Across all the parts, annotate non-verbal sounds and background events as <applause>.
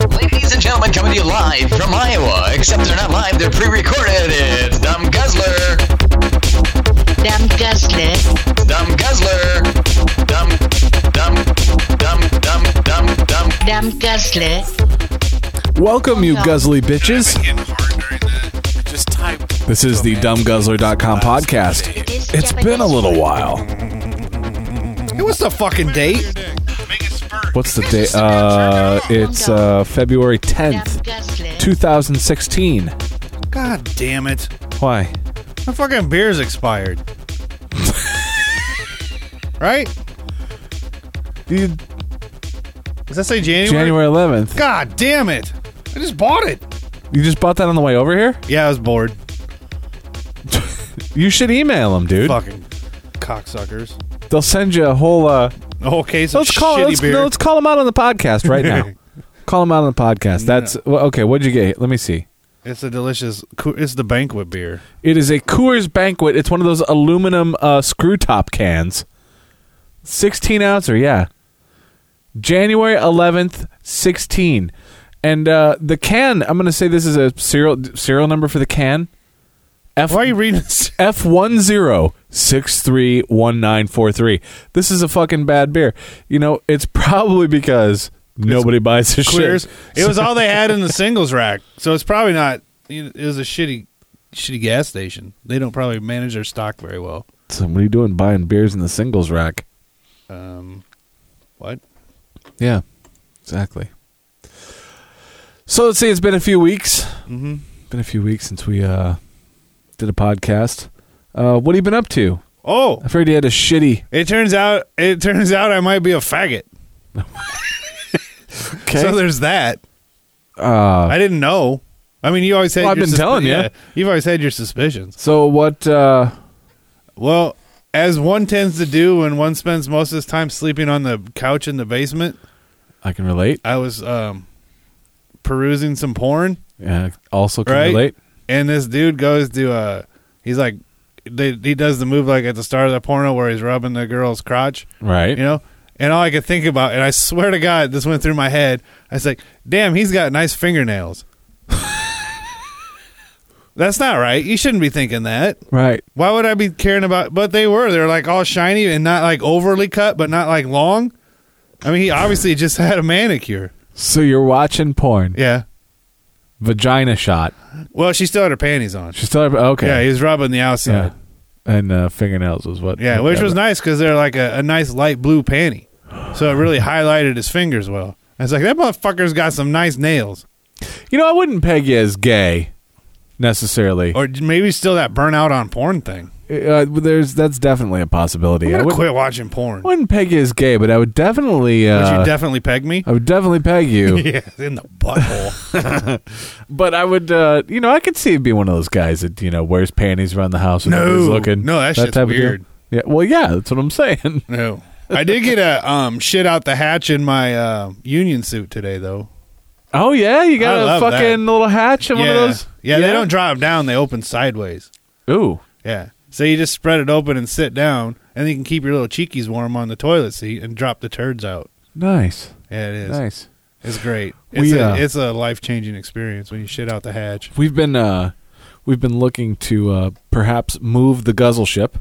and gentlemen, coming to you live from Iowa. Except they're not live, they're pre recorded. It's Dumb Guzzler. Dumb Guzzler. Dumb Guzzler. Dumb, dumb, dumb, dumb, dumb, dumb. Dumb Guzzler. Welcome, you Welcome. guzzly bitches. Just type. This is the dumbguzzler.com podcast. It is It's been a little while. What's the fucking date? What's the date? Uh, it's uh, February 10th, Dumb Guzzler. 2016. God damn it. Why? My fucking beer's expired. <laughs> right? Dude, Does that say January? January 11th. God damn it. I just bought it. You just bought that on the way over here? Yeah, I was bored. You should email them, dude. Fucking cocksuckers. They'll send you a whole. Uh, A whole case of let's call. shitty Let's, beer. no, let's call them out on the podcast right <laughs> now. call them out on the podcast. That's well, okay. What'd you get? Let me see. it's a delicious. coo- It's the banquet beer. It is a Coors Banquet. It's one of those aluminum uh, screw top cans. 16 ouncer, yeah. January 11th, 16. And uh, the can, I'm going to say this is a serial serial number for the can. F Why are you reading this? <laughs> F one zero six three one nine four three. This is a fucking bad beer. You know, it's probably because nobody buys this Clears. shit. <laughs> It was all they had in the singles rack, so it's probably not. It was a shitty, shitty gas station. They don't probably manage their stock very well. So what are you doing buying beers in the singles rack? Um, what? Yeah, exactly. So let's see. It's been a few weeks. Mhm. Been a few weeks since we uh, did a podcast. Uh, what have you been up to? Oh, I've heard you had a shitty. It turns out it turns out I might be a faggot. <laughs> So there's that. uh, I didn't know. I mean, you always had. Well, I've your been telling you. You've always had your suspicions. so what? Uh, Well, as one tends to do when one spends most of his time sleeping on the couch in the basement, I can relate. I was um, perusing some porn, Uh, also can Right? relate. and this dude goes to uh, he's like, they, he does the move like at the start of the porno where he's rubbing the girl's crotch, Right. you know and all i could think about and i swear to god this went through my head i was like damn he's got nice fingernails <laughs> that's not right you shouldn't be thinking that Right. why would i be caring about but they were they're like all shiny and not like overly cut but not like long i mean he obviously just <laughs> had a manicure So you're watching porn. yeah Vagina shot. well she still had her panties on She's still okay. yeah he was rubbing the Yeah. outside And uh, fingernails was what. yeah, which was nice because they're like a, a nice light blue panty so it really highlighted his fingers well i was like that motherfucker's got some nice nails You know, I wouldn't peg you as gay necessarily. or maybe still that burnout on porn thing. Uh, there's that's definitely a possibility. I'm I gonna wouldn't- quit watching porn. I wouldn't peg you as gay, but I would definitely. Would Uh, you definitely peg me? I would definitely peg you, <laughs> yeah, in the butthole. <laughs> but I would. Uh, you know, I could see it be one of those guys that you know wears panties around the house. when No. nobody's looking. No, that shit's type of deal. weird. Yeah, well, yeah, that's what I'm saying. <laughs> no, I did get a um shit out the hatch in my uh, union suit today though. Oh yeah, you I got a love fucking little hatch and yeah. one of those. yeah, they don't drop down; they open sideways. Ooh, Yeah, so you just spread it open and sit down, and you can keep your little cheekies warm on the toilet seat and drop the turds out. nice, Yeah, it is. nice. It's great. It's We, a uh, it's a life changing experience when you shit out the hatch. We've been uh, we've been looking to uh, perhaps move the guzzle ship,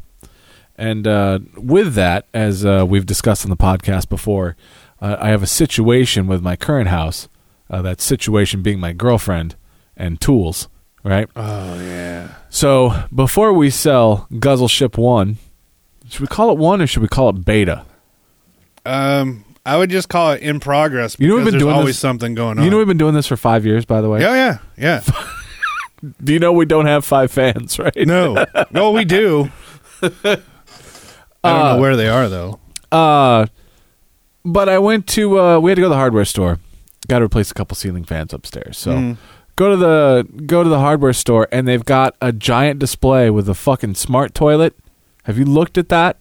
and uh, with that, as uh, we've discussed on the podcast before, uh, I have a situation with my current house. Uh, that situation being my girlfriend and tools, right? Oh yeah. So before we sell Guzzle Ship One, should we call it one or should we call it Beta? Um, I would just call it in progress. You know we've been because there's doing always this- something going on. You know we've been doing this for five years, by the way. yeah, yeah, yeah. Do you know we don't have five fans, <laughs> right? No, no, we do. I don't Uh, know where they are though. Uh, but I went to uh, we had to go to the hardware store. Got to replace a couple ceiling fans upstairs. So Mm-hmm. go to the go to the hardware store and they've got a giant display with a fucking smart toilet. Have you looked at that?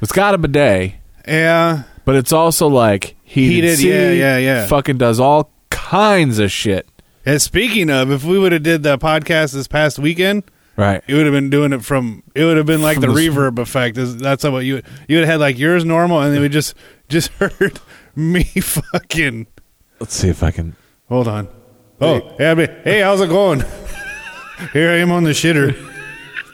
It's got a bidet, Yeah, but it's also like heated, Heated, yeah, seat, yeah, yeah. Fucking does all kinds of shit. and speaking of, if we would have did the podcast this past weekend, Right. it would have been doing it from. It would have been like From the, the- reverb effect. Is That's what you you would have had like yours <laughs> normal, and then we just just heard me <laughs> fucking. Let's see if I can Hold on. Oh, hey, I'd be, hey, how's it going? <laughs> Here I am on the shitter.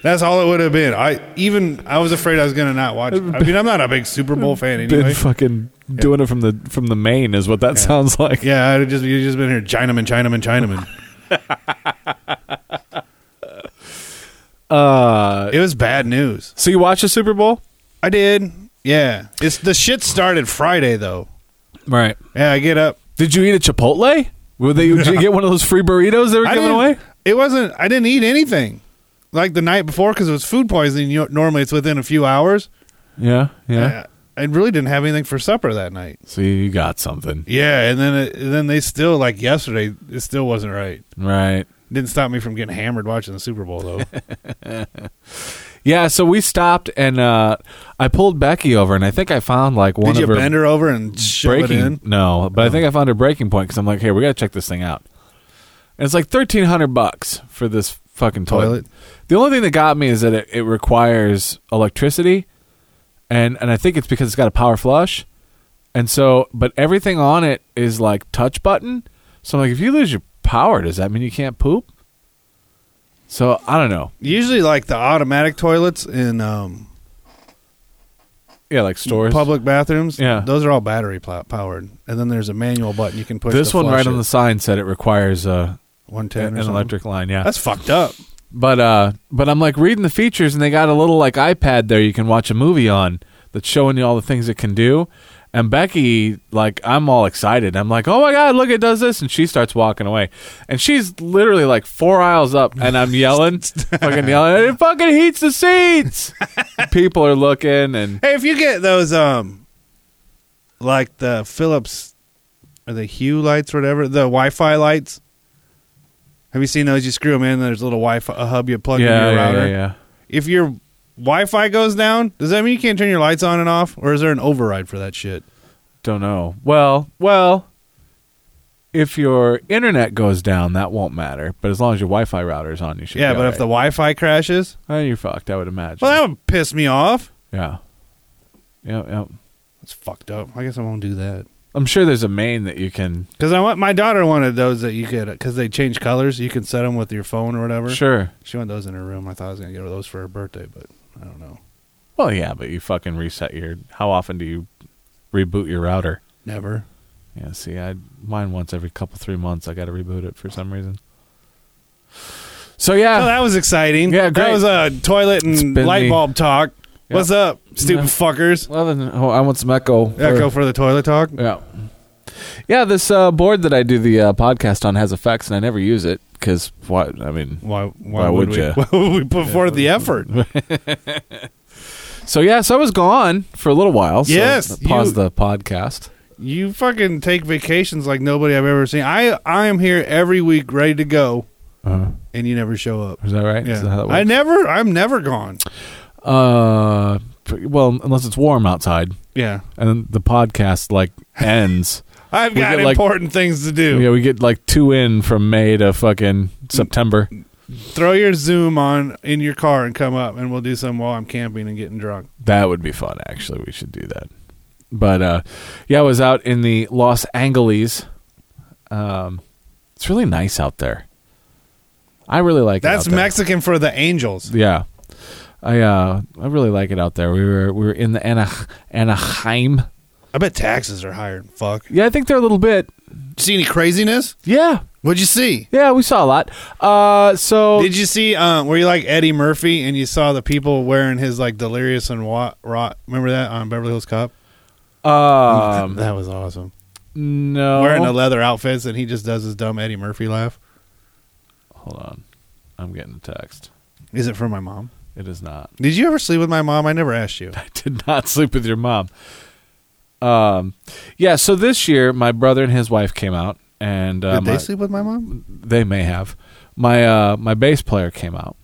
That's all it would have been. I even I was afraid I was gonna not watch. it. I mean, I'm not a big Super Bowl fan Been anyway. fucking doing it from the from the main is what that sounds like. Yeah, I'd have just you just been here, Chinaman, Chinaman, Chinaman. <laughs> uh, it was bad news. So you watch the Super Bowl, I did. Yeah, it's the shit started Friday though. right? Yeah, I get up. Did you eat a Chipotle? Would they? Did you get one of those free burritos they were <laughs> I giving didn't- away? It wasn't. I didn't eat anything like the night before because it was food poisoning. You know, normally it's within a few hours. Yeah, yeah. I, I really didn't have anything for supper that night. so you got something, Yeah, and then it, and then they still like yesterday. It still wasn't right. right? Didn't stop me from getting hammered watching the Super Bowl <laughs> though. Yeah. So we stopped and uh, I pulled Becky over, and I think I found like one Did you of her bend her over and shove it breaking. in? No, but I think I found her breaking point because I'm like, hey, we gotta check this thing out. And it's like thirteen hundred bucks for this fucking toilet. Toilet. The only thing that got me is that it, it requires electricity, and and I think it's because it's got a power flush, and so but everything on it is like touch button. So I'm like, if you lose your power, does that mean you can't poop? So I don't know. Usually, like the automatic toilets in um, Yeah, like stores. public bathrooms, Yeah. those are all battery pl- powered. And then there's a manual button you can push. This to one right flush on it. the sign said it requires uh, 110 or an something. electric line. Yeah, That's fucked up. But uh, but I'm like reading the features, and they got a little like iPad there you can watch a movie on that's showing you all the things it can do. And Becky, like, I'm all excited. I'm like, oh my god, look, it does this, and she starts walking away, and she's literally like four aisles up, and I'm <laughs> yelling, fucking yelling, it fucking heats the seats. People are looking, and Hey, if you get those, um, like the Philips or the Hue lights, or whatever, the Wi-Fi lights. Have you seen those? You screw them in. There's a little Wi-Fi a hub you plug in yeah, your yeah, router. yeah, yeah. If your Wi-Fi goes down, does that mean you can't turn your lights on and off, or is there an override for that shit? Don't know. Well, well, if your internet goes down, that won't matter. But as long as your Wi-Fi router is on, you should. Yeah, be but all if the right. Wi-Fi crashes, Oh, you're fucked. I would imagine. well, that would piss me off. yeah, yeah, yeah. That's fucked up. I guess I won't do that. I'm sure there's a main that you can. Because I want my daughter wanted those that you could because they change colors. You can set them with your phone or whatever. Sure. She wanted those in her room. I thought I was gonna get her those for her birthday, but I don't know. Well, yeah, but you fucking reset your. How often do you reboot your router? Never. Yeah. See, I mine once every couple three months. I got to reboot it for some reason. So Oh, yeah, that was exciting. Yeah, great. That was a toilet and been light the- bulb talk. Yep. What's up, stupid Yeah. fuckers? well then oh, I want some echo. Echo for the toilet talk. Yeah. Yeah, this uh, board that I do the uh, podcast on has effects, and I never use it because what? I mean, Why? Why, Why would, would we? ya? <laughs> Why would we put forth <laughs> the effort? so yeah, so I was gone for a little while. So Yes, pause you- the podcast. You fucking take vacations like nobody I've ever seen. I I am here every week, ready to go, Uh, and you never show up. is that right? Is Yeah, that how that I works? never. I'm never gone. Uh, pr- well, unless it's warm outside, Yeah, and then the podcast <laughs> like ends. I've We got get, like- important things to do. yeah, we get like two in from May to fucking Mm. September. Throw your Zoom on in your car and come up, and we'll do some while I'm camping and getting drunk. That would be fun. Actually, we should do that. But uh, yeah, I was out in the Los Angeles. Um, it's really nice out there. I really like That's it. out there. Mexican for the angels. Yeah, I uh, I really like it out there. We were we were in the Anah- Anaheim. I bet taxes are higher than fuck. Yeah, I think they're a little bit. See any craziness? Yeah, What'd you see? yeah, we saw a lot. Uh, so Did you see? Um, were you like Eddie Murphy and you saw the people wearing his like delirious and wa- rot? Remember that on Beverly Hills Cop? um, that was awesome. no. Wearing the leather outfits and he just does his dumb Eddie Murphy laugh. Hold on, I'm getting a text. Is it from my mom? It is not. <laughs> Did you ever sleep with my mom? I never asked you. I did not sleep with your mom. Um, yeah. So this year, my brother and his wife came out, and uh, Did my- they sleep with my mom? they may have. My uh, my bass player came out,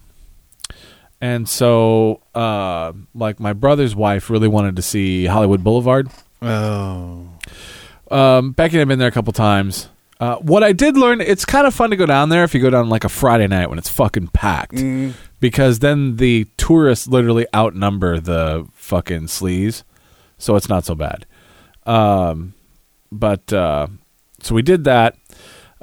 and so uh, like my brother's wife really wanted to see Hollywood Boulevard. Oh, Um, Becky and I've been there a couple times. Uh, what I did learn, it's kind of fun to go down there if you go down like a Friday night when it's fucking packed, Mm-hmm. because then the tourists literally outnumber the fucking sleaze, so it's not so bad. Um, but uh, so we did that.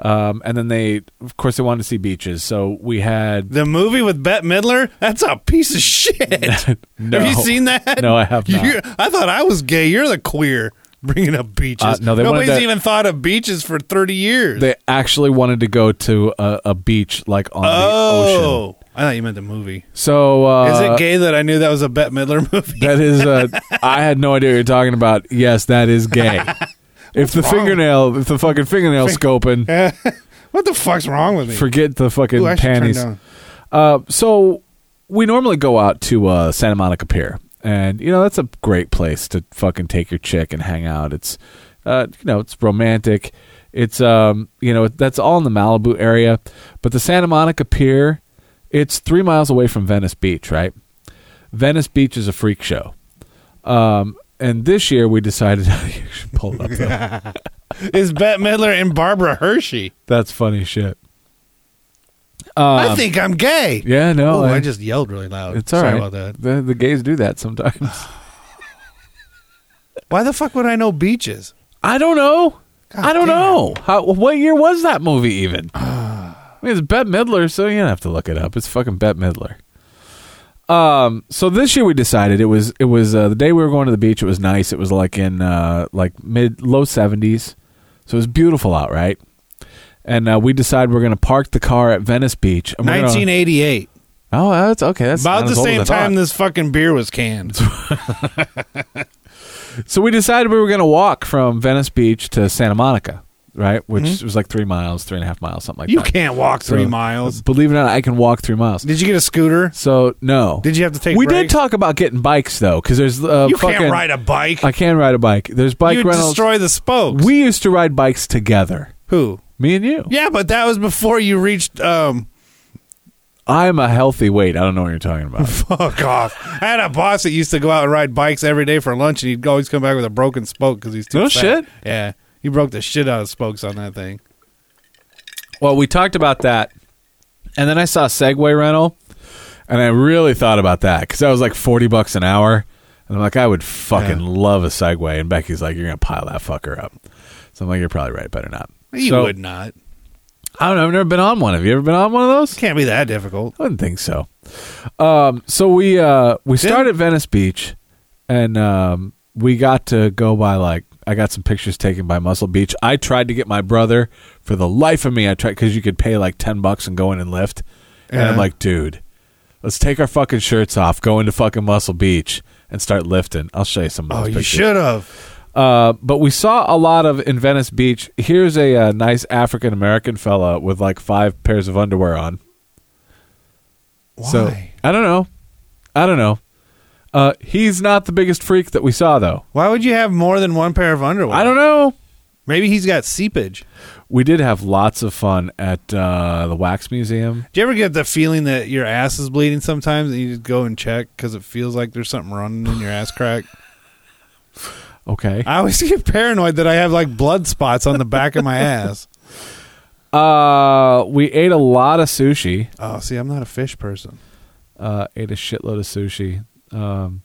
Um, and then they, of course, they wanted to see beaches, so we had The movie with Bette Midler? That's a piece of shit. <laughs> No. Have you seen that? No, I have not. You're- I thought I was gay. You're the queer bringing up beaches. Uh, no, they wanted Nobody's to- even thought of beaches for 30 years. they actually wanted to go to a, a beach like on the ocean. oh. I thought you meant the movie. So uh, Is it gay that I knew that was a Bette Midler <laughs> movie? That is, uh, I had no idea what you're talking about. Yes, that is gay. if the fingernail, if the fucking fingernail scoping, what the fuck's wrong with me? forget the fucking Ooh, I should turn panties. down. Uh, so we normally go out to uh, Santa Monica Pier, and you know that's a great place to fucking take your chick and hang out. It's, uh, you know, it's romantic. It's um, you know, that's all in the Malibu area, but the Santa Monica Pier, it's three miles away from Venice Beach, right? Venice Beach is a freak show. Um, and this year we decided <laughs> you should pull <laughs> it up. though. Is Bette Midler and Barbara Hershey? That's funny shit. I think I'm gay. Um, Yeah, no, Oh, I- I just yelled really loud. It's all Sorry right. about that. The, the gays do that sometimes. Why the fuck would I know beaches? <sighs> I don't know. I don't damn. know. How, what year was that movie <sighs> even? I mean, it's Bette Midler, so you don't have to look it up. It's fucking Bette Midler. Um, so this year we decided it was it was uh, the day we were going to the beach. It was nice. It was like in uh, like mid low seventies, so it was beautiful out, right? And uh, we decided we're going to park the car at Venice Beach. and we're gonna- 1988. oh, that's okay. That's About not the as old same as I thought. time this fucking beer was canned. So we decided we were going to walk from Venice Beach to Santa Monica, right? Which was like three miles, three and a half miles, something like Mm-hmm. You that. can't walk three So- miles. Believe it or not, I can walk three miles. Did you get a scooter? So no. Did you have to take We did breaks? talk about getting bikes though, because there's uh, You fucking, can't ride a bike. I can ride a bike. There's bike you rentals. destroy the spokes. we used to ride bikes together, who? me and you. Yeah, but that was before you reached. Um, <laughs> I'm a healthy weight. I don't know what you're talking about. fuck off. I had a boss that used to go out and ride bikes every day for lunch, and he'd always come back with a broken spoke because he's too. No fat. shit. Yeah, he broke the shit out of spokes on that thing. well, we talked about that, and then I saw Segway rental, and I really thought about that because that was like forty bucks an hour, and I'm like, I would fucking Yeah. love a Segway. And Becky's like, you're gonna pile that fucker up. So I'm like, you're probably right. Better not. You So- would not. I don't know. I've never been on one. Have you ever been on one of those? Can't be that difficult. I wouldn't think so. Um, so we uh, we started at Venice Beach, and um, we got to go by like I got some pictures taken by Muscle Beach. I tried to get my brother for the life of me. I tried because you could pay like ten bucks and go in and lift, and I'm Yeah. like, dude, let's take our fucking shirts off, go into fucking Muscle Beach, and start lifting. I'll show you some. Of Oh, those you pictures. should have. Uh, but we saw a lot of in Venice Beach. Here's a, uh nice African American fella with like five pairs of underwear on. Why? So I don't know. I don't know. Uh, he's not the biggest freak that we saw, though. Why would you have more than one pair of underwear? I don't know. Maybe he's got seepage. We did have lots of fun at uh, the wax museum. Do you ever get the feeling that your ass is bleeding sometimes, and you just go and check because it feels like there's something running in your ass crack? Okay. <laughs> I always get paranoid that I have like blood spots on the back of my ass. Uh, we ate a lot of sushi. <laughs> Oh, see, I'm not a fish person. Uh, ate a shitload of sushi. Um,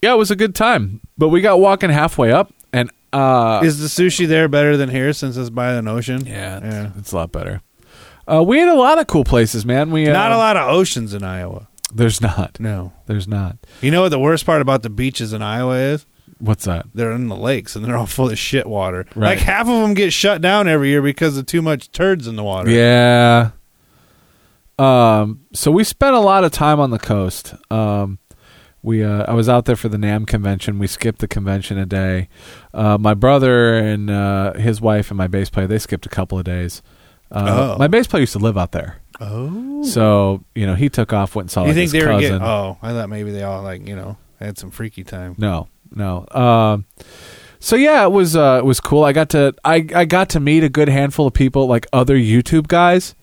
yeah, it was a good time. But we got walking halfway up, and uh, Is the sushi there better than here since it's by an ocean? yeah, it's, it's a lot better. Uh, we ate a lot of cool places, man. We uh, Not a lot of oceans in Iowa. There's not. No. There's not. You know what the worst part about the beaches in Iowa is? What's that? They're in the lakes and they're all full of shit water. Right. Like half of them get shut down every year because of too much turds in the water. Yeah. Um. So we spent a lot of time on the coast. Um, we uh, I was out there for the Nam convention. We skipped the convention a day. Uh, my brother and uh, his wife and my bass player they skipped a couple of days. Uh, Oh. My bass player used to live out there, Oh. so you know he took off, went and saw You like, think his they were cousin. getting? Oh, I thought maybe they all like you know had some freaky time. No, no. Um, so yeah, it was uh, it was cool. I got to I, I got to meet a good handful of people, like other YouTube guys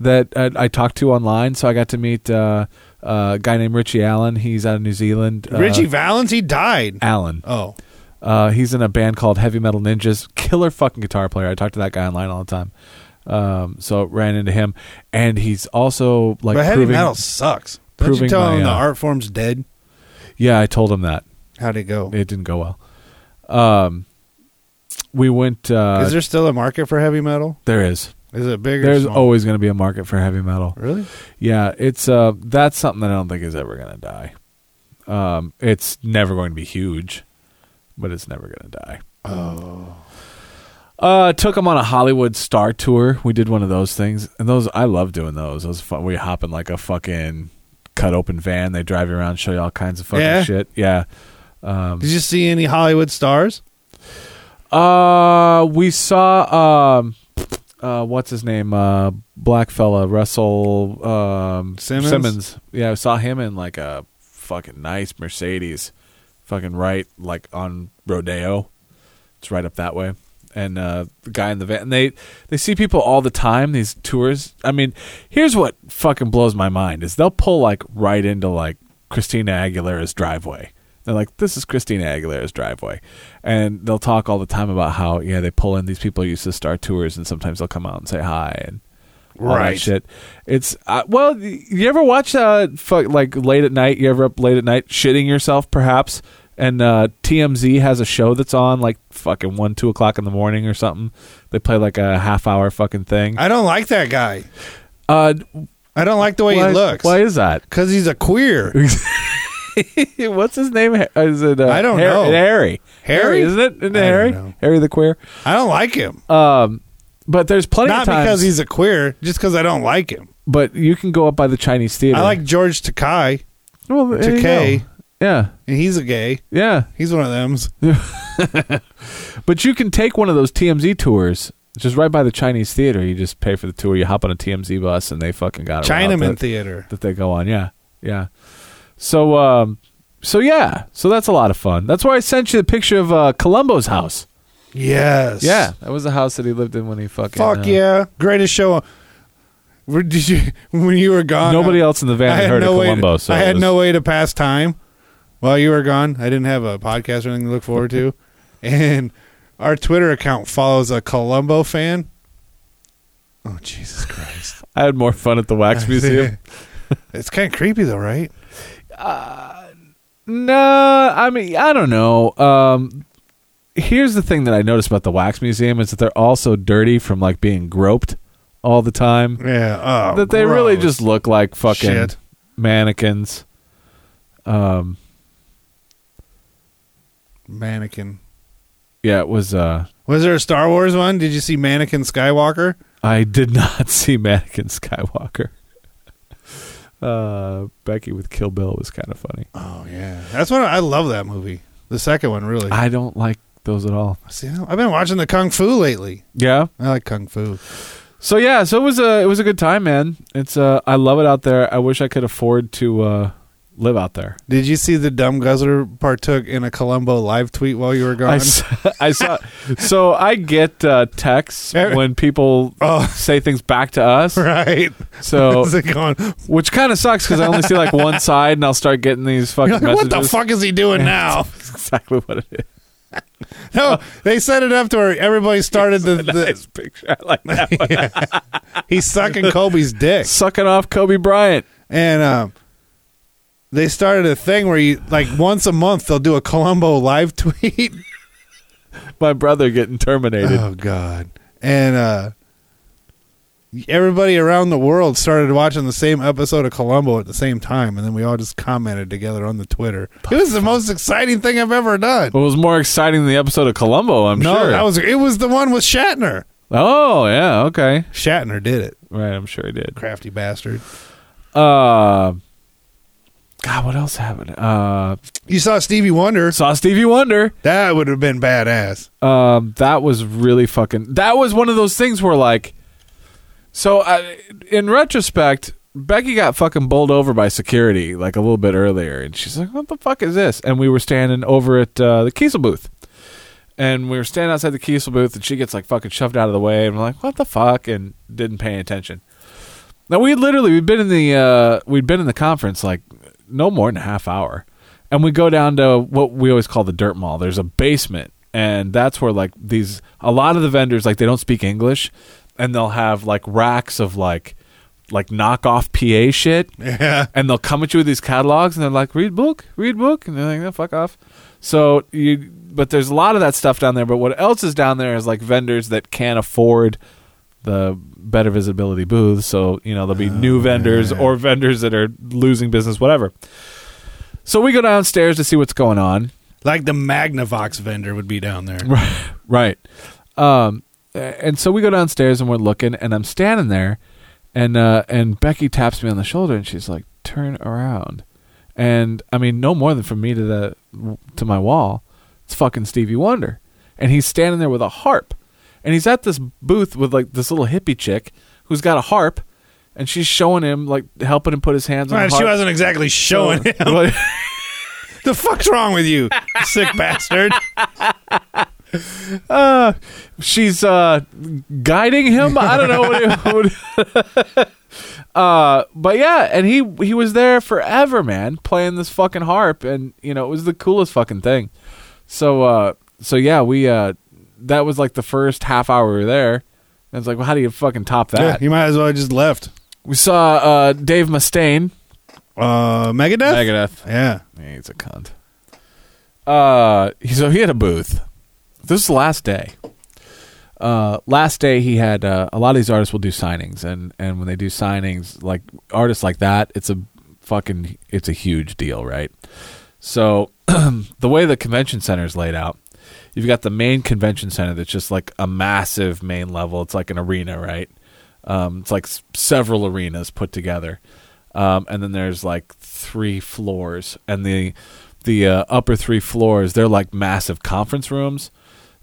that I, I talked to online. So I got to meet uh, uh, a guy named Richie Allen. He's out of New Zealand. Uh, Richie Valens, he died. Allen. Oh, Uh, he's in a band called Heavy Metal Ninjas. Killer fucking guitar player. I talk to that guy online all the time. Um, so ran into him, and he's also like but heavy proving- metal sucks. Don't you proving tell my, him the uh, art form's dead? Yeah, I told him that. How'd it go? it didn't go well. Um, we went. Uh, is there still a market for heavy metal? there is. Is it big? Or There's small? always going to be a market for heavy metal. really. Yeah, it's uh that's something that I don't think is ever going to die. Um it's never going to be huge, but it's never going to die. Oh. Uh took them on a Hollywood star tour. We did one of those things. And those I love doing those. Those fun. We hop in like a fucking cut open van. They drive you around, show you all kinds of fucking Yeah. shit. Yeah. Um, Did you see any Hollywood stars? Uh we saw um uh, what's his name? Uh, black fella, Russell um, Simmons? Yeah, I saw him in like a fucking nice Mercedes, fucking right, like on Rodeo. It's right up that way. And uh, the guy in the van, and they they see people all the time. These tours. I mean, here's what fucking blows my mind is they'll pull like right into like Christina Aguilera's driveway. They're like, this is Christina Aguilera's driveway, and they'll talk all the time about how yeah they pull in these people who used to start tours, and sometimes they'll come out and say hi and all that shit. It's uh, well, y- you ever watch uh fuck, like late at night? You ever up late at night shitting yourself perhaps? And uh, TMZ has a show that's on like fucking one, two o'clock in the morning or something. They play like a half hour fucking thing. I don't like that guy. Uh, I don't like the way why, he looks. Why is that? <laughs> Because he's a queer. What's his name? Ha- Is it? Uh, I don't Har- know. Harry. Harry? isn't it? Isn't it I don't Harry? know. Harry the queer. Um, I don't like him. But there's plenty Not of times. because he's a queer, just because I don't like him. but you can go up by the Chinese theater. I like George Takai, well, there you Takei. go. Yeah, and he's a gay. yeah. He's one of them. But you can take one of those TMZ tours, just right by the Chinese theater. You just pay for the tour. You hop on a TMZ bus, and they fucking got a route Chinaman that, theater. that they go on. Yeah, yeah. So, um, so yeah. So that's a lot of fun. That's why I sent you the picture of uh, Columbo's house. Yes. Yeah, that was the house that he lived in when he fucking. Fuck uh, yeah! Greatest show. Where did you <laughs> when you were gone? Nobody else in the van I had had heard no of way. Columbo. To, so I it had was- no way to pass time while you were gone. I didn't have a podcast or anything to look forward to, <laughs> and our Twitter account follows a Columbo fan. Oh Jesus Christ! I had more fun at the <laughs> wax museum. it's kind of creepy though, right? No, I mean I don't know. Um, here's the thing that I noticed about the wax museum is that they're all so dirty from like being groped all the time Yeah. Oh, that they really gross. just look like fucking Shit. mannequins. Um, mannequin. yeah, it was. Uh, Was there a Star Wars one? Did you see Mannequin Skywalker? I did <laughs> not see Mannequin Skywalker. Uh, Becky with Kill Bill was kind of funny. Oh yeah, that's what I love that movie. The second one really. I don't like those at all. See, I've been watching the Kung Fu lately. Yeah. I like Kung Fu. So yeah, so it was a it was a good time, man. It's uh I love it out there. I wish I could afford to uh live out there. Did you see the dumb guzzler partook in a Columbo live tweet while you were gone? I saw, <laughs> I saw so I get uh texts <laughs> Eh. when people <laughs> Oh. <laughs> say things back to us. right. So <laughs> Is it going? which kind of sucks cuz I only see like one side and I'll start getting these fucking You're like, what messages. the fuck is he doing <laughs> now? That's exactly what it is. <laughs> No, they set it up to where everybody started the. the Picture I like <laughs> that. one. he's sucking Kobe's dick, Sucking off Kobe Bryant. and um, they started a thing where you like once a month they'll do a Columbo live <laughs> tweet. My brother getting terminated. <sighs> Oh God! And uh, everybody around the world started watching the same episode of Columbo at the same time, and then we all just commented together on the Twitter. It was the most exciting thing I've ever done. It was more exciting than the episode of Columbo, Oh, I'm No, sure. that was it. Was the one with Shatner? oh, yeah, okay. Shatner did it, Right, I'm sure he did. crafty bastard. Uh, God, what else happened? Uh, You saw Stevie Wonder. saw Stevie Wonder. That would have been badass. Um, that was really fucking. That was one of those things where like, so I, in retrospect, Becky got fucking bowled over by security like a little bit earlier, and she's like, "What the fuck is this?" And we were standing over at uh, the Kiesel booth, and we were standing outside the Kiesel booth, and she gets like fucking shoved out of the way, and we're like, "What the fuck?" and didn't pay any attention. Now we had literally we'd been in the uh, we'd been in the conference like no more than a half hour, and we go down to what we always call the dirt mall. There's a basement, and that's where like these a lot of the vendors like they don't speak English, and they'll have like racks of like like knockoff PA shit, Yeah. and they'll come at you with these catalogs, and they're like, "Read book, read book," and they're like, "No, fuck off." So you but there's a lot of that stuff down there. But what else is down there is like vendors that can't afford the better visibility booths. So you know there'll be new vendors or vendors that are losing business, whatever. So we go downstairs to see what's going on. Like the Magnavox vendor would be down there. Right. Um, and so we go downstairs and we're looking, and I'm standing there, and uh, and Becky taps me on the shoulder, and she's like, "Turn around," and I mean, no more than from me to the to my wall, it's fucking Stevie Wonder, and he's standing there with a harp, and he's at this booth with like this little hippie chick who's got a harp, and she's showing him like helping him put his hands on. Well, the she harp. wasn't <laughs> exactly showing him. <laughs> Like- The fuck's wrong with you, sick bastard? uh, she's uh, guiding him. I don't know what. It, what- <laughs> uh, but yeah, and he he was there forever, man, playing this fucking harp, and you know it was the coolest fucking thing. So uh, so yeah, we uh, that was like the first half hour we were there. And it's like, well, how do you fucking top Yeah, that? you might as well have just left. we saw uh, Dave Mustaine. Uh, Megadeth. Megadeth. yeah. Yeah, he's a cunt. Uh, he- so he had a booth. This is the last day. Uh, last day he had uh, a lot of these artists will do signings, and and when they do signings, like artists like that, it's a fucking it's a huge deal, right? So <clears throat> the way the convention center is laid out, you've got the main convention center that's just like a massive main level. It's like an arena, right? Um, it's like s- several arenas put together, um, and then there's like three floors, and the the uh, upper three floors they're like massive conference rooms.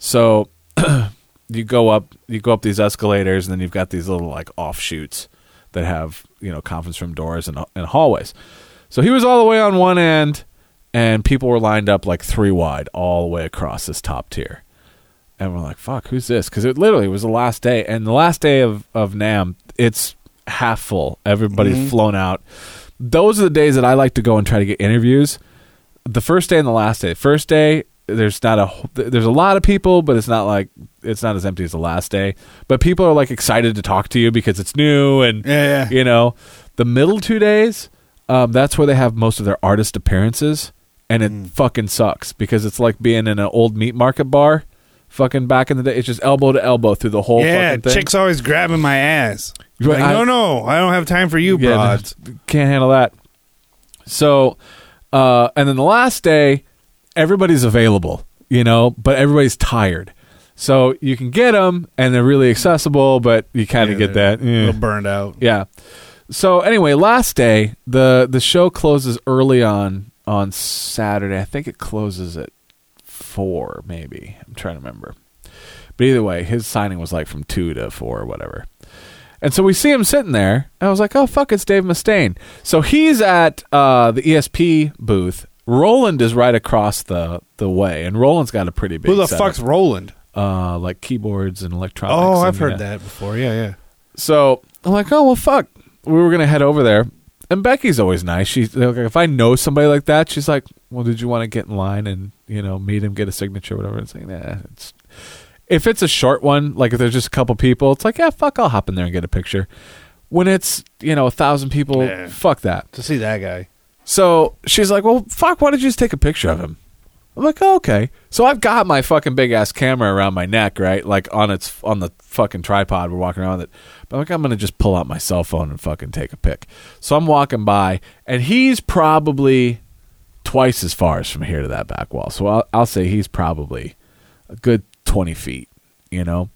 So <clears throat> you go up you go up these escalators and then you've got these little like offshoots that have you know conference room doors and, and hallways so he was all the way on one end and people were lined up like three wide all the way across this top tier and we're like fuck who's this because it literally was the last day and the last day of, of nam it's half full everybody's flown out those are the days that i like to go and try to get interviews the first day and the last day. First day, there's not a there's a lot of people, but it's not like it's not as empty as the last day. But people are like excited to talk to you because it's new and Yeah, yeah. <laughs> you know. The middle two days, um, that's where they have most of their artist appearances, and Mm. it fucking sucks because it's like being in an old meat market bar. Fucking back in the day, it's just elbow to elbow through the whole yeah, fucking thing. chicks always grabbing my ass. Right, Like, I- no, no, I don't have time for you, Yeah, broads. can't handle that. So, uh, and then the last day, everybody's available, you know, but everybody's tired. So you can get them, and they're really accessible, but you kind Yeah, of get they're that. a eh. little burned out. Yeah. So anyway, last day the the show closes early on on Saturday. I think it closes at four, maybe. I'm trying to remember. But either way, his signing was like from two to four or whatever. And so we see him sitting there, and I was like, "Oh fuck, it's Dave Mustaine." So he's at uh, the ESP booth. Roland is right across the the way, and Roland's got a pretty big. Who the setup. fuck's Roland? uh, like keyboards and electronics? Oh, and, I've heard yeah. that before. Yeah, yeah. So I'm like, oh well, fuck. We were gonna head over there, and Becky's always nice. She's like, if I know somebody like that, she's like, well, did you want to get in line and you know meet him, get a signature, whatever? It's like, nah. It's if it's a short one, like if there's just a couple people, it's like, yeah, fuck, I'll hop in there and get a picture. When it's you know a thousand people, Nah. fuck that. To see that guy. So she's like, "Well, fuck, why don't you just take a picture of him?" I'm like, oh, "Okay." So I've got my fucking big ass camera around my neck, right? Like on its on the fucking tripod. We're walking around with it. But I'm like, I'm gonna just pull out my cell phone and fucking take a pic. So I'm walking by, and he's probably twice as far as from here to that back wall. So I'll, I'll say he's probably a good 20 feet, you know?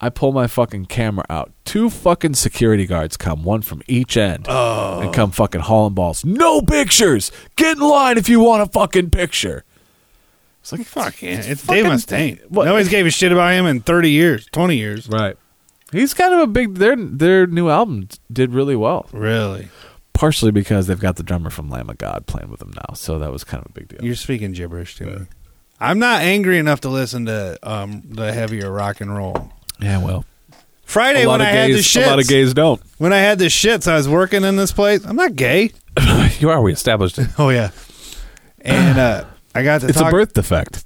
I pull my fucking camera out. Two fucking security guards come, one from each end, and come fucking hauling balls. No pictures! Get in line if you want a fucking picture. It's like, Fuck yeah, it's, fucking- Dave Mustaine. What- Nobody's gave a shit about him in thirty years, twenty years. Right. He's kind of a big, their, their new album did really well. Really? Partially because they've got the drummer from Lamb of God playing with them now. So that was kind of a big deal. You're speaking gibberish to me. I'm not angry enough to listen to um, the heavier rock and roll. yeah, well. Friday when I had the a lot of shits, gays don't. when I had the shits, I was working in this place. I'm not gay. <laughs> you are. We established it. Oh yeah, and uh, I got to It's talk. a birth defect.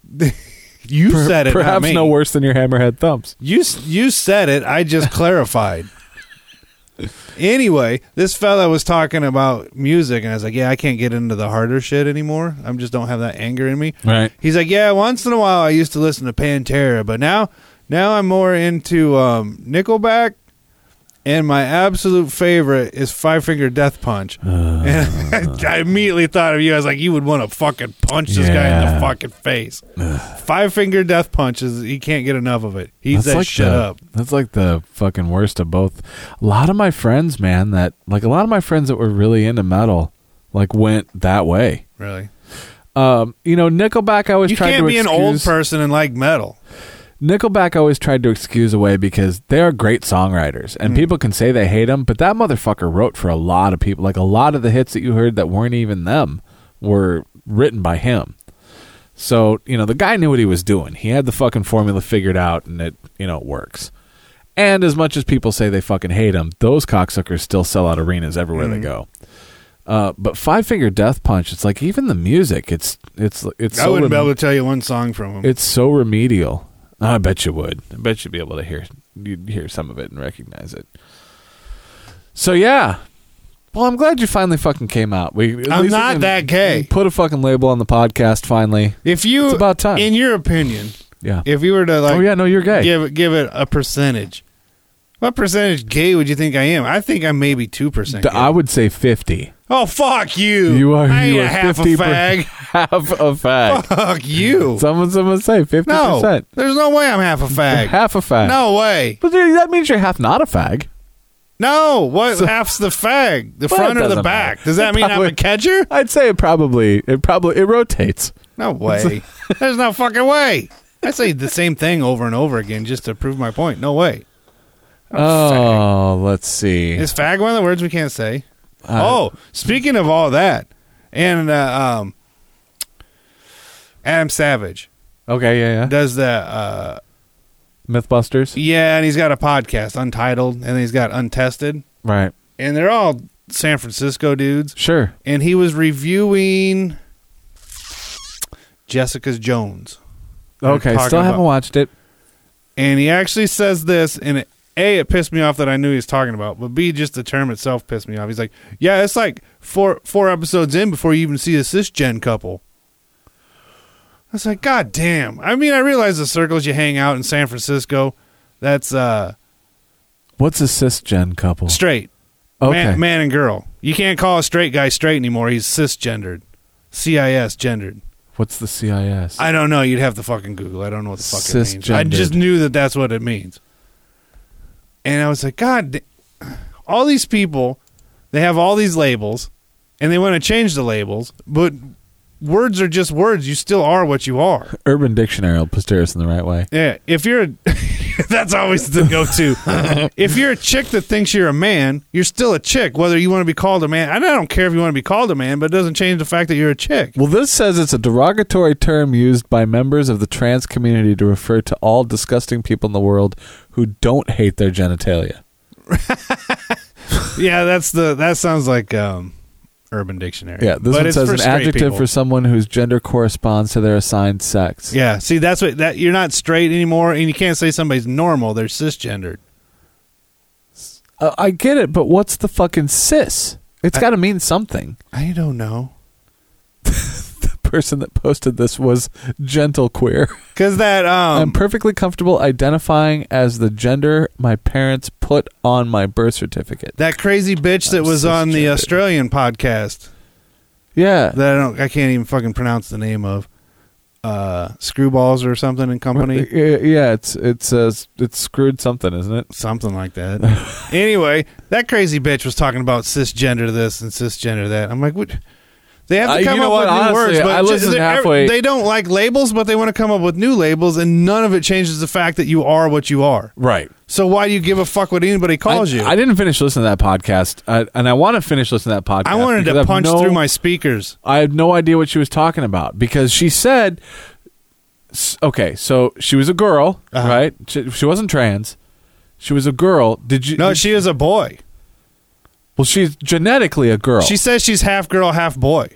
you said it, Perhaps not me. no worse than your hammerhead thumps. You s- you said it. I just clarified. Anyway, this fella was talking about music, and I was like, "Yeah, I can't get into the harder shit anymore. I am just don't have that anger in me." Right. He's like, "Yeah, once in a while I used to listen to Pantera, but now, now I'm more into um, Nickelback, and my absolute favorite is Five Finger Death Punch." Uh. <laughs> and I, immediately thought of you. I was like, "You would want to fucking punch this guy in Yeah. the fucking face." Five Finger Death Punch is he can't get enough of it. He's that shit the, up. That's like the fucking worst of both. A lot of my friends, man, that like a lot of my friends that were really into metal, like went that way. Really. Um, you know, Nickelback. I always You tried can't to be an excuse, old person and like metal. Nickelback I always tried to excuse away because they are great songwriters, Mm. and people can say they hate them, but that motherfucker wrote for a lot of people. Like a lot of the hits that you heard that weren't even them were written by him. So you know the guy knew what he was doing. He had the fucking formula figured out, and it you know it works. And as much as people say they fucking hate him, those cocksuckers still sell out arenas everywhere Mm. they go. Uh, but Five Finger Death Punch, it's like even the music, it's it's it's. I so wouldn't be rem- able to tell you one song from him. it's so remedial. Ah, I bet you would. I bet you'd be able to hear you'd hear some of it and recognize it. So yeah. Well, I'm glad you finally fucking came out. We at I'm least we not can- that gay. Put a fucking label on the podcast finally. if you, it's about time. In your opinion, Yeah. if you were to like, oh yeah, no, you're gay. give give it a percentage. What percentage gay would you think I am? I think I'm maybe two percent. D- I would say fifty. Oh fuck you! You are I ain't you a are half a fifty <laughs> fag. <laughs> half a fag. fuck you! Someone someone say fifty No, percent. there's no way I'm half a fag. Half a fag. no way! But there- that means you're half not a fag. No, what half's the fag? The Well, it front or the doesn't back? matter. Does that mean I'm a Probably- catcher? I'd say it probably it probably it rotates. <laughs> No way. There's no fucking way. I say the same thing over and over again just to prove my point. No way. Oh, let's see. Is fag one of the words we can't say? Uh, oh, speaking of all that, and uh, um, Adam Savage Okay, yeah, yeah. does the uh, MythBusters. yeah, and he's got a podcast, Untitled, and he's got Untested, Right. and they're all San Francisco dudes. Sure. And he was reviewing Jessica Jones. We're Okay. talking Still haven't about- watched it. And he actually says this, and it, A, it pissed me off that I knew he was talking about, but B, just the term itself pissed me off. He's like, yeah, it's like four four episodes in before you even see a cisgen couple. I was like, God damn. I mean, I realize the circles you hang out in San Francisco, that's uh What's a cisgen couple? straight. Okay. Man, man and girl. You can't call a straight guy straight anymore. He's cisgendered. CIS gendered. What's the CIS? I don't know. You'd have to fucking Google. I don't know what the fuck it means. I Cisgendered. just knew that that's what it means. And I was like, God, da- all these people, they have all these labels, and they want to change the labels, but words are just words. You still are what you are. Urban Dictionary will steer us in the right way. Yeah. If you're, a, <laughs> that's always the go-to. if you're a chick that thinks you're a man, you're still a chick, whether you want to be called a man. And I don't care if you want to be called a man, but it doesn't change the fact that you're a chick. Well, this says it's a derogatory term used by members of the trans community to refer to all disgusting people in the world who don't hate their genitalia. Yeah, that's the that sounds like um, Urban Dictionary. Yeah, this But one it's says for an straight adjective people. for someone whose gender corresponds to their assigned sex. Yeah, see, that's what that you're not straight anymore, and you can't say somebody's normal; they're cisgendered. Uh, I get it, but what's the fucking cis? It's got to mean something. I don't know, The person that posted this was gentle queer. because that I'm um, perfectly comfortable identifying as the gender my parents put on my birth certificate. that crazy bitch that I'm was on the cisgendered. Australian podcast yeah. that I don't, I can't even fucking pronounce the name of, uh, Screwballs or something and company, Y- Uh, Yeah, it's it's uh, it's screwed something, isn't it? something like that. <laughs> anyway, that crazy bitch was talking about cisgender this and cisgender that. I'm like, what? They have I- to you come know up what, with new honestly, words, but I ju- listened they're- halfway- They don't like labels, but they want to come up with new labels, and none of it changes the fact that you are what you are. Right. So why do you give a fuck what anybody calls I, you? I didn't finish listening to that podcast, uh, and I want to finish listening to that podcast. I wanted because to have punch no- through my speakers. I had no idea what she was talking about because she said, s- okay, so she was a girl, Uh-huh. right? She, she wasn't trans. She was a girl. Did you? No, did- she is a boy. well, she's genetically a girl. She says she's half girl, half boy.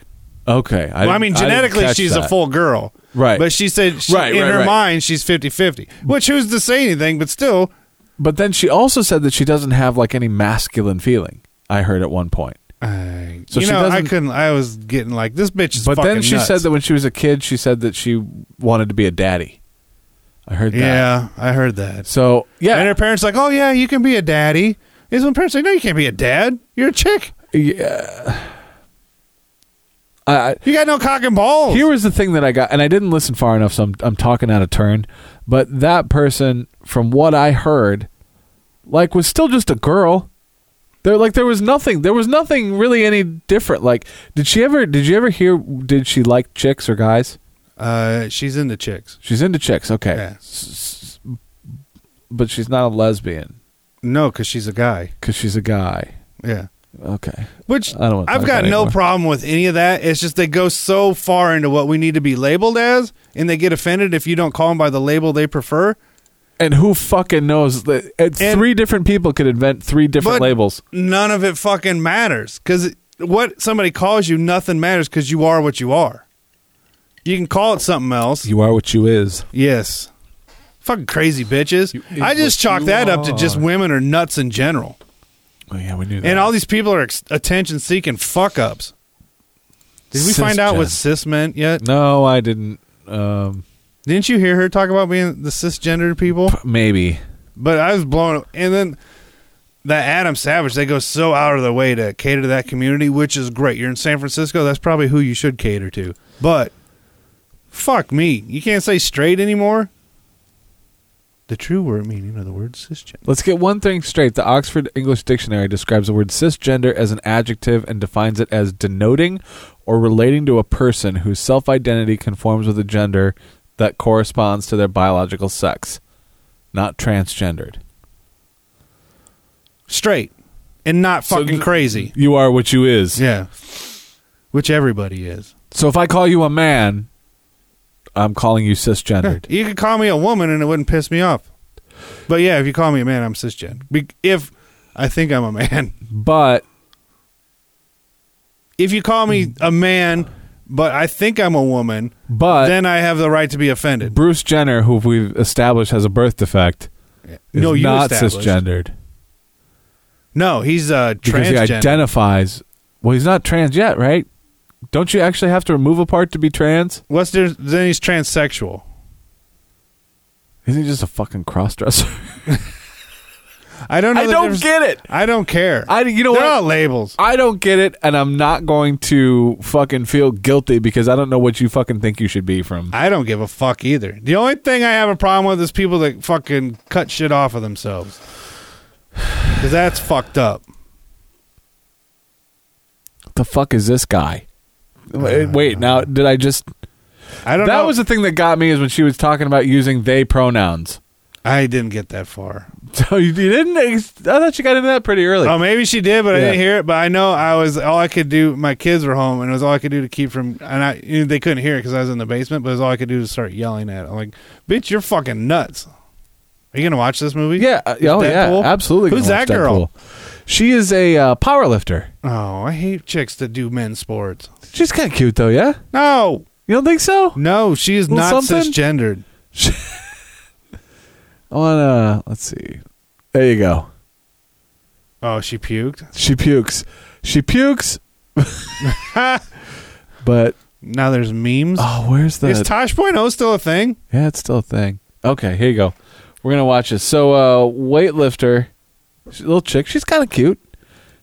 okay. Well, I, didn't- mean, didn't genetically, catch she's a that. full girl. Right. But she said she, Right, in right, her right. mind, she's 50 50. Which, who's to say anything? But still, But then she also said that she doesn't have like any masculine feeling. I heard at one point. I, So you she know, I doesn't- couldn't. I was getting like this bitch is. But fucking then she nuts. said that when she was a kid, she said that she wanted to be a daddy. I heard that. Yeah, I heard that. So yeah, And her parents like, oh yeah, you can be a daddy. Is when parents like, no, you can't be a dad. You're a chick. I, I- You got no cock and balls. here was the thing that I got, and I didn't listen far enough, so I'm, I'm talking out of turn. But that person, from what I heard, like was still just a girl. There, like there was nothing. There was nothing really any different. Like, did she ever? Did you ever hear? Did she like chicks or guys? uh, she's into chicks. She's into chicks, okay, Yeah. but she's not a lesbian No, because she's a guy. because she's a guy. Yeah. Okay, Which I don't wanna I've talk got about it no anymore. problem with any of that. It's just they go so far into what we need to be labeled as, and they get offended if you don't call them by the label they prefer. and who fucking knows? that- It's And- three different people could invent three different But- labels. None of it fucking matters because what somebody calls you, nothing matters because you are what you are. You can call it something else. You are what you is. Yes. Fucking crazy bitches. You- I just what chalk you that up to just are. women are nuts in general. Oh yeah, we knew that. And all these people are ex- attention seeking fuck ups. Did we find out what Cisgen. cis meant yet? No, I didn't. Um, Didn't you hear her talk about being the cisgendered people? maybe. But I was blown. And then that Adam Savage, they go so out of their way to cater to that community, which is great. You're in San Francisco, that's probably who you should cater to. But fuck me, you can't say straight anymore. The true word meaning of the word cisgender. Let's get one thing straight. The Oxford English Dictionary describes the word cisgender as an adjective and defines it as denoting or relating to a person whose self identity conforms with a gender that corresponds to their biological sex, not transgendered. straight and not So fucking th- crazy. You are what you is. Yeah. Which everybody is. So if I call you a man, I'm calling you cisgendered. You could call me a woman and it wouldn't piss me off. But yeah, if you call me a man, I'm cisgender. Be- if I think I'm a man. but If you call me a man, but I think I'm a woman, but then I have the right to be offended. Bruce Jenner, who we've established has a birth defect, is no, you not established. cisgendered. No, he's uh, because he transgender. identifies. Well, he's not trans yet, right? Don't you actually have to remove a part to be trans? What's there? Then he's transsexual. Isn't he just a fucking <laughs> crossdresser? I don't. Know I the don't difference- get it. I don't care. I you know They're what? all labels. I don't get it, and I'm not going to fucking feel guilty because I don't know what you fucking think you should be from. I don't give a fuck either. The only thing I have a problem with is people that fucking cut shit off of themselves. <sighs> Cause that's fucked up. What the fuck is this guy? Wait, wait, now did I just? I don't That know. was the thing that got me is when she was talking about using they pronouns. <laughs> I didn't get that far. So you didn't? ex- I thought you got into that pretty early. oh, maybe she did, but I Yeah. didn't hear it. But I know I was all I could do. My kids were home, and it was all I could do to keep from. And I you know, they couldn't hear it because I was in the basement. But it was all I could do to start yelling at. It. I'm like, bitch, you're fucking nuts. Are you gonna watch this movie? yeah, uh, Is oh yeah, Deadpool? absolutely. Who's gonna watch that girl? Deadpool. She is a uh, power lifter. Oh, I hate chicks that do men's sports. She's kind of cute though, yeah. No, You don't think so? no, she is Well, not something- cisgendered. On uh, let's see. There you go. Oh, she puked. She pukes. She <laughs> pukes. but Now there's memes. oh, where's the? is Tosh Point O still a thing? yeah, it's still a thing. Okay, here you go. We're gonna watch this. So, uh, weightlifter, she's a little chick. She's kind of cute.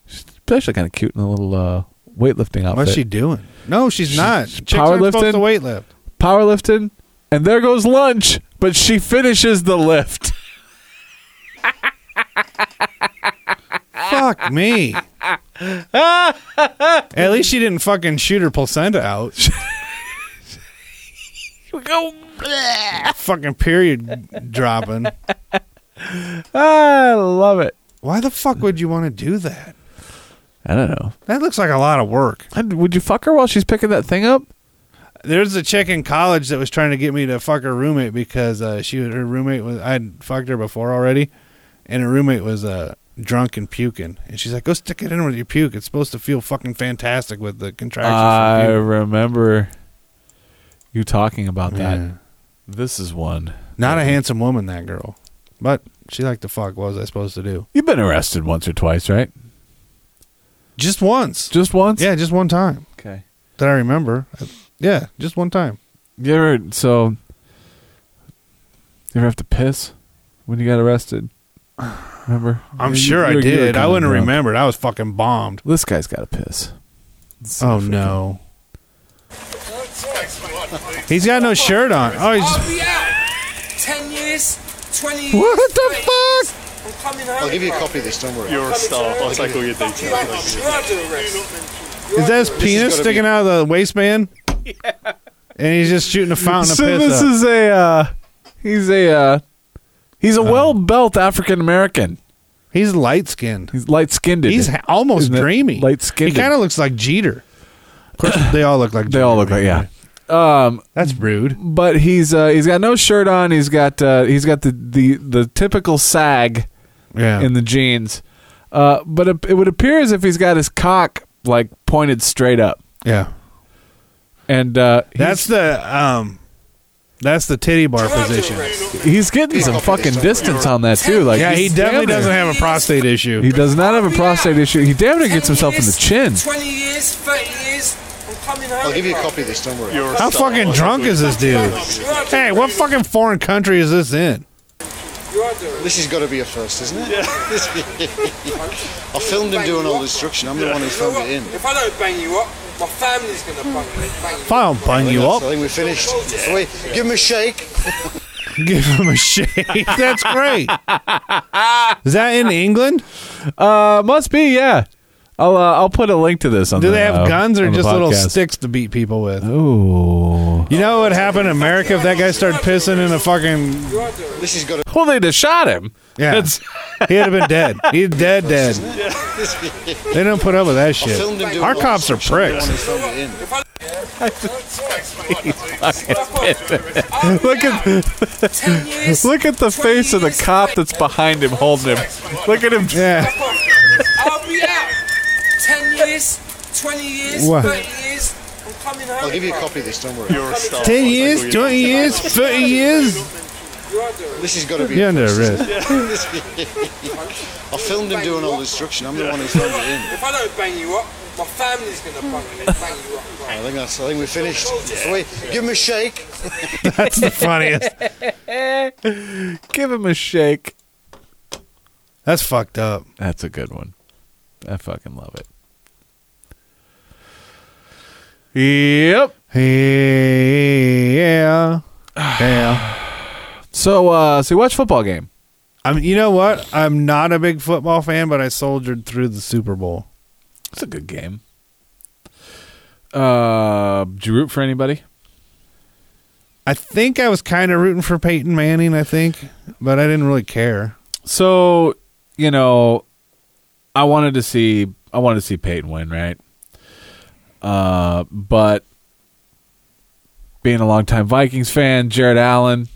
She's especially kind of cute in a little uh, weightlifting outfit. What's she doing? No, she's, not. Chicks aren't powerlifting? supposed to weight lift. powerlifting, and there goes lunch. But she finishes the lift. Fuck me. At least she didn't fucking shoot her placenta out. fucking period dropping. I love it. Why the fuck would you want to do that? I don't know. That looks like a lot of work. And Would you fuck her while she's picking that thing up? There's a chick in college that was trying to get me to fuck her roommate because uh, she her roommate was I would fucked her before already, and her roommate was uh, drunk and puking, and she's like, "Go stick it in with your puke. It's supposed to feel fucking fantastic with the contractions." I from puke." remember you talking about that. Yeah. This is one. Not a handsome woman, that girl. But she liked to fuck. What was I supposed to do? You've been arrested once or twice, right? Just once. Just once. yeah, just one time Okay. that I remember. Yeah, just one time. You ever so? You ever have to piss when you got arrested? Remember? <sighs> I'm You- you sure I were- you were did. I kinda wouldn't have drunk. remembered. I was fucking bombed. This guy's got to piss. Let's see Oh if we no. He's got no shirt on. Oh, I'll he's be out. Ten years, twenty years. What the 30 fuck? years. I'm coming home. I'll give you a copy of this, don't worry. You're a star. I'll tackle your details. You're under arrest. is that his penis gotta sticking be- out of the waistband? And he's just shooting a can- fountain of So piss. this up. is a uh, he's a uh, he's Uh-huh. a well built African American. he's light skinned. He's light skinned. He's ha- almost Isn't it dreamy. light-skinned? He kind of looks like Jeter. Of course, they all look like. They Jeter all look to me, like yeah. right? That's Mm. rude. but he's uh, he's got no shirt on. He's got uh, he's got the, the, the typical sag Yeah. in the jeans. Uh, but it, it would appear as if he's got his cock like pointed straight up, yeah. and uh, That's the um. That's the titty bar position. he's, he's getting some fucking distance on that too. Like Yeah, he he's definitely damn near- doesn't have a prostate issue. He does not have a prostate issue. He damn near gets himself in the chin. Twenty years, thirty years. I'm coming home. I'll give you a copy of this, don't worry. You're a How star. fucking I'll drunk tackle is this dude? Hey, what fucking foreign country is this in? You're under arrest. This has got to be a first, isn't it? <laughs> I filmed him doing all the destruction. I'm the one who You know filmed what? it in. If I don't bang you up, my family's gonna bang me- bang you. If I don't bung you That's- up, I think we finished. Wait, give him a shake. give him a shake. <laughs> That's great. Is that in England? Uh, must be yeah. I'll uh, I'll put a link to this on. Do the, they have uh, guns or on the just little podcast. sticks to beat people with? Oh, You know what happened in America if that guy started pissing in a fucking. This has got to. well they'd have shot him. Yeah. That's- He'd have been dead. He's dead, dead. They don't put up with that I shit. filmed him doing Our all the cops are destruction. I'm the pricks. one who filmed it in. <laughs> Look at <laughs> Ten years. look at the 20 face of the years, cop 30 that's behind him holding him. Look at him. Yeah. I'll be out. Ten years, twenty years, What? thirty years. I'm coming home. I'll give you a copy of this, don't worry. You're a star. 10 I'll years, tackle your 20 years, 30 years. You're under arrest. This has got to be. You're a under first, isn't arrest. it? I filmed him doing all the destruction. I'm the one who filmed it in. If I don't bang you up, my family's gonna bang, me- bang you up. Right. I think that's. I think we finished. Wait, give him a shake. <laughs> That's the funniest. Give him a shake. That's fucked up. That's a good one. I fucking love it. Yep. <sighs> Yeah. Yeah. So, uh, so you watch football game. I mean, you know what? I'm not a big football fan, but I soldiered through the Super Bowl. It's a good game. Uh, did you root for anybody? I think I was kind of rooting for Peyton Manning, I think, but I didn't really care. So, you know, I wanted to see, I wanted to see Peyton win, right? Uh, but being a longtime Vikings fan, Jared Allen,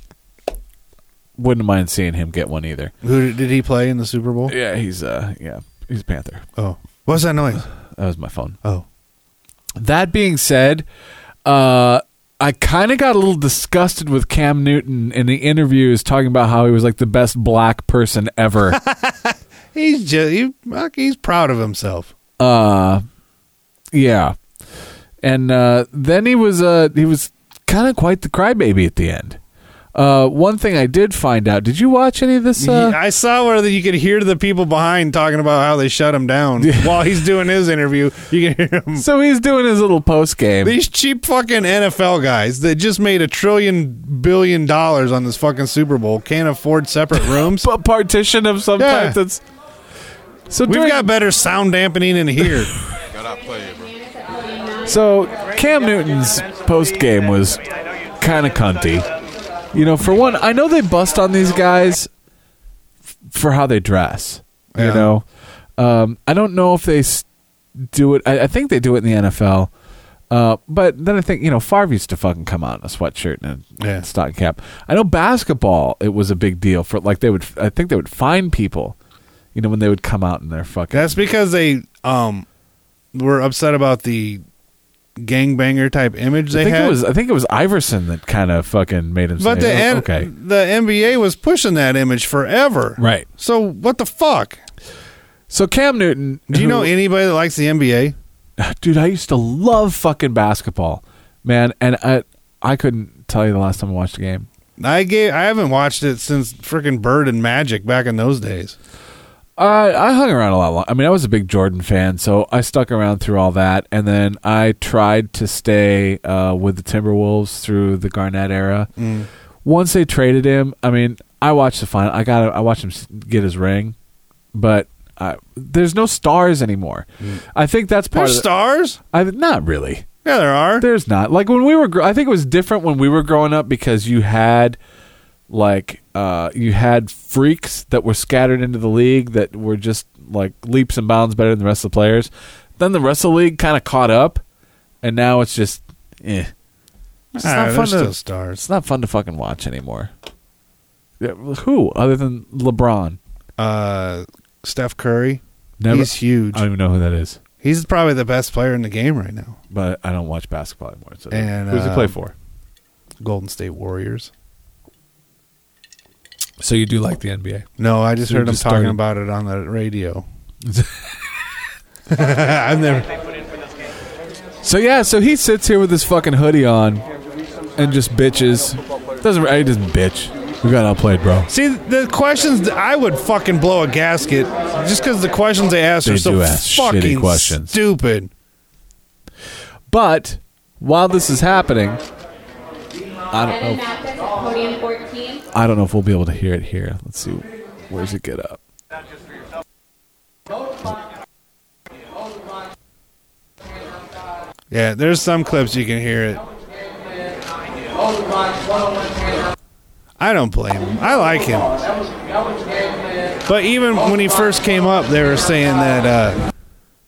wouldn't mind seeing him get one either. Who did he play in the Super Bowl? Yeah, he's uh, yeah, he's a Panther. Oh. What's that noise? That was my phone. Oh. That being said, uh, I kind of got a little disgusted with Cam Newton in the interviews talking about how he was like the best black person ever. He's just he, fuck, he's proud of himself. uh, yeah, and uh, then he was uh, he was kind of quite the crybaby at the end. Uh, one thing I did find out. Did you watch any of this? Uh, I saw where you could hear the people behind talking about how they shut him down while he's doing his interview. You can hear him. so he's doing his little post game. <laughs> These cheap fucking NFL guys that just made a trillion billion dollars on this fucking Super Bowl can't afford separate <laughs> rooms. a partition of some Yeah. type that's so We've during- got better sound dampening in <laughs> here. so Cam Newton's post game was kind of cunty. You know, for one, I know they bust on these guys f- for how they dress. You Yeah. know, um, I don't know if they s- do it. I, I think they do it in the NFL. Uh, but then I think you know Favre used to fucking come out in a sweatshirt and a Yeah. stocking cap. I know basketball; it was a big deal for like they would. I think they would fine people, you know, when they would come out in their fucking That's because they um were upset about the gangbanger type image they I think had. it was I think it was Iverson that kind of fucking made him. but the say, "Oh, N- okay, the NBA was pushing that image forever. right. So what the fuck? So Cam Newton, Do you who- <laughs> know anybody that likes the NBA? <laughs> dude, I used to love fucking basketball, man, and I I couldn't tell you the last time I watched a game. I gave I haven't watched it since freaking Bird and Magic back in those days. I I hung around a lot. lo- I mean, I was a big Jordan fan, so I stuck around through all that, and then I tried to stay uh, with the Timberwolves through the Garnett era. Once they traded him, I mean, I watched the final. I got I watched him s- get his ring, but I, there's no stars anymore. I think that's part There's of. The, stars? I not really. Yeah, there are. There's not like when we were. Gr- I think it was different when we were growing up because you had like uh, you had freaks that were scattered into the league that were just like leaps and bounds better than the rest of the players. Then the rest of the league kind of caught up, and now it's just eh. It's Ah, not there's fun to. still It's stars. not fun to fucking watch anymore. Yeah, who other than LeBron? Uh, Steph Curry. Never- He's huge. I don't even know who that is, He's probably the best player in the game right now. but I don't watch basketball anymore. So And, who does he play um, for? Golden State Warriors. So you do like the NBA? No, I just So you heard him just talking started- about it on the <laughs> radio. I've never. So yeah, so he sits here with his fucking hoodie on and just bitches. Doesn't he doesn't bitch. We got outplayed, bro. See the questions. that I would fucking blow a gasket just because the questions they asked They are so do ask shitty fucking questions. stupid. But while this is happening, I don't know. Podium 14. I don't know if we'll be able to hear it here. Let's see. Where's it get up? Yeah, there's some clips you can hear it. I don't blame him. I like him. But even when he first came up, they were saying that uh,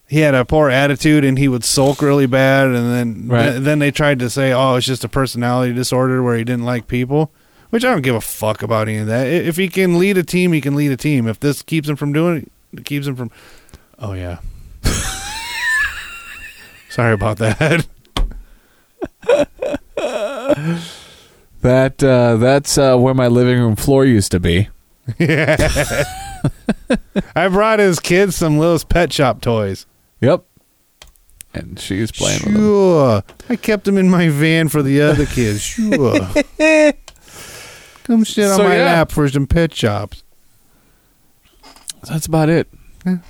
he had a poor attitude and he would sulk really bad. And then Right. th- then they tried to say, oh, it's just a personality disorder where he didn't like people, which I don't give a fuck about any of that. I- If he can lead a team, he can lead a team. If this keeps him from doing it, it keeps him from. Oh, yeah. <laughs> Sorry about that. <laughs> That uh, that's uh, where my living room floor used to be. I brought his kids some Lil's Pet Shop toys. Yep. And she's playing with him. Sure. I kept them in my van for <laughs> the other kids. Sure. Come sit on So, my yeah. lap for some pet shops. That's about it.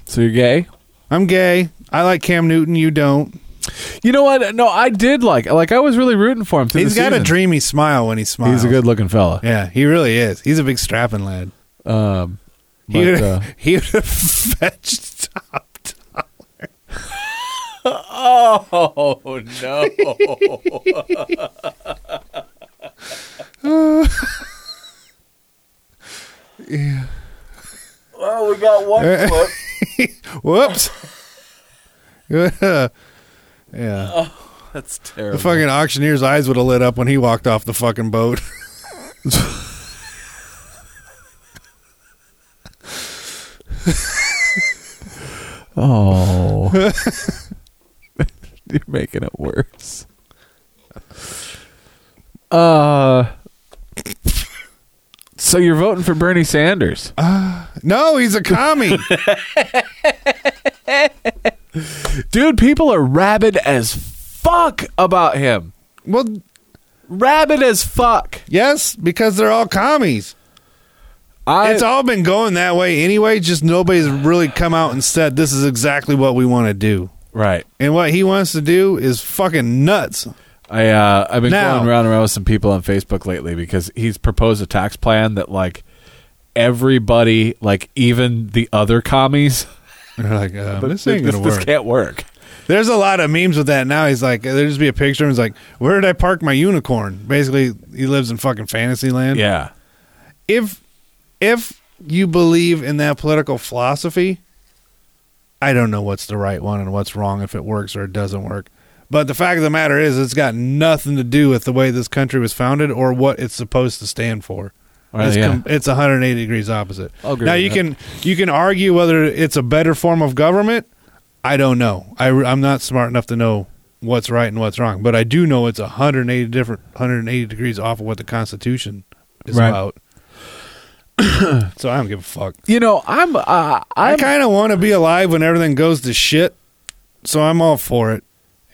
So you're gay? I'm gay. I like Cam Newton. You don't. You know what? No, I did like like I was really rooting for him. Through He's the got a season. dreamy smile when he smiles. He's a good looking <laughs> fella. Yeah, he really is. He's a big strapping lad. Um, He but, <laughs> would- uh, he would have fetched up. Oh no! <laughs> Whoops. <laughs> yeah. That's The terrible. fucking auctioneer's eyes would have lit up when he walked off the fucking boat. <laughs> oh, <laughs> you're making it worse. Uh, so you're voting for Bernie Sanders? No, he's <laughs> a commie. Dude, people are rabid as fuck about him. well, Rabid as fuck. yes, because they're all commies. I, it's all been going that way anyway. Just nobody's really come out and said this is exactly what we want to do. right. And what he wants to do is fucking nuts. I uh, I've been Now- going around and around with some people on Facebook lately because he's proposed a tax plan that like everybody, like even the other commies, They're like, uh, <laughs> this this, ain't gonna this work. can't work. There's a lot of memes with that now. He's like, there'll just be a picture. and He's like, where did I park my unicorn? Basically, he lives in fucking fantasy land. Yeah, If if you believe in that political philosophy, I don't know what's the right one and what's wrong if it works or it doesn't work. But the fact of the matter is, it's got nothing to do with the way this country was founded or what it's supposed to stand for. Right, it's, yeah. it's 180 degrees opposite. I'll agree now with you that. can you can argue whether it's a better form of government. I don't know. I, am not smart enough to know what's right and what's wrong, but I do know it's 180 different 180 degrees off of what the Constitution is Right. about. <coughs> so I don't give a fuck. You know, I'm. Uh, I I'm. kind of want to be alive when everything goes to shit. So I'm all for it.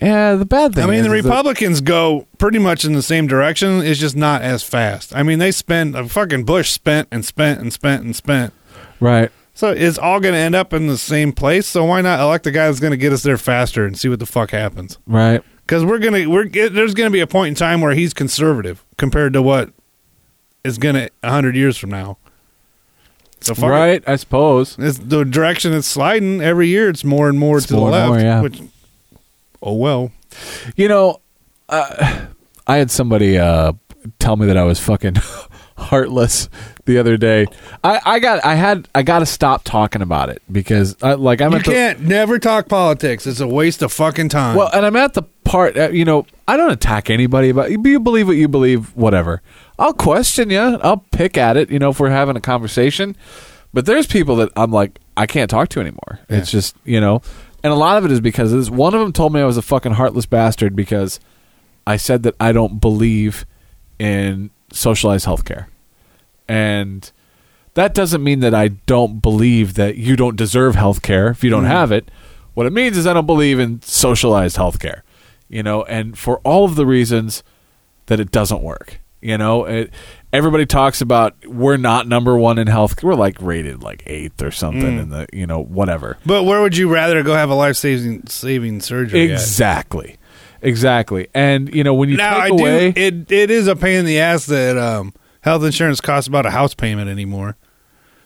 Yeah, the bad thing. I mean, is the is that- Republicans go pretty much in the same direction. It's just not as fast. I mean, they spend a fucking Bush spent and spent and spent and spent. right? So it's all going to end up in the same place. So why not elect a guy that's going to get us there faster and see what the fuck happens? Right. Because we're gonna we're it- there's going to be a point in time where he's conservative compared to what is going to hundred years from now. So fuck it. Right. I suppose. It's the direction it's sliding every year. It's more and more It's to more the and left. more, yeah. Which, oh well. You know, uh, <sighs> I had somebody uh, tell me that I was fucking <laughs> heartless the other day. I, I got. I had. I got to stop talking about it because, I, like, I'm You at the- can't never talk politics. It's a waste of fucking time. Well, and I'm at the part, uh, you know, I don't attack anybody about you believe what you believe, whatever. I'll question you. I'll pick at it, you know, if we're having a conversation. But there's people that I'm like, I can't talk to anymore. It's just, you know, and a lot of it is because of this. One of them told me I was a fucking heartless bastard because I said that I don't believe in socialized healthcare. And that doesn't mean that I don't believe that you don't deserve health care if you don't Mm-hmm. have it. What it means is I don't believe in socialized health care, you know, and for all of the reasons that it doesn't work. You know, it, everybody talks about we're not number one in health. We're like rated like eighth or something Mm. in the, you know, whatever. but where would you rather go have a life saving saving surgery? at? Exactly. Exactly. And, you know, when you Now take I away. do. It it is a pain in the ass that um, health insurance costs about a house payment anymore.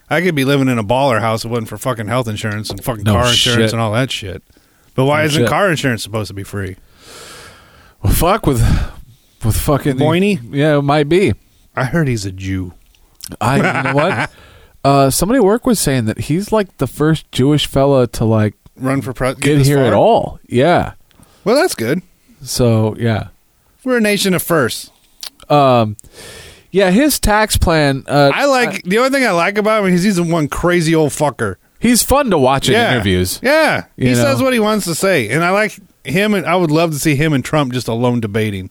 I could be living in a baller house if it wasn't for fucking health insurance and fucking No car shit. insurance and all that shit. But why No isn't shit. car insurance supposed to be free? Well, fuck with with fucking Boiny? Yeah, it might be. I heard he's a Jew. I you know <laughs> what? Uh, somebody at work was saying that he's like the first Jewish fella to like Run for president. get, here at all. Yeah. Well, that's good. So yeah, We're a nation of firsts. yeah. His tax plan. Uh, I like the only thing I like about him is he's the one crazy old fucker. he's fun to watch in yeah. interviews. Yeah, he You know? says what he wants to say, and I like him. And I would love to see him and Trump just alone debating.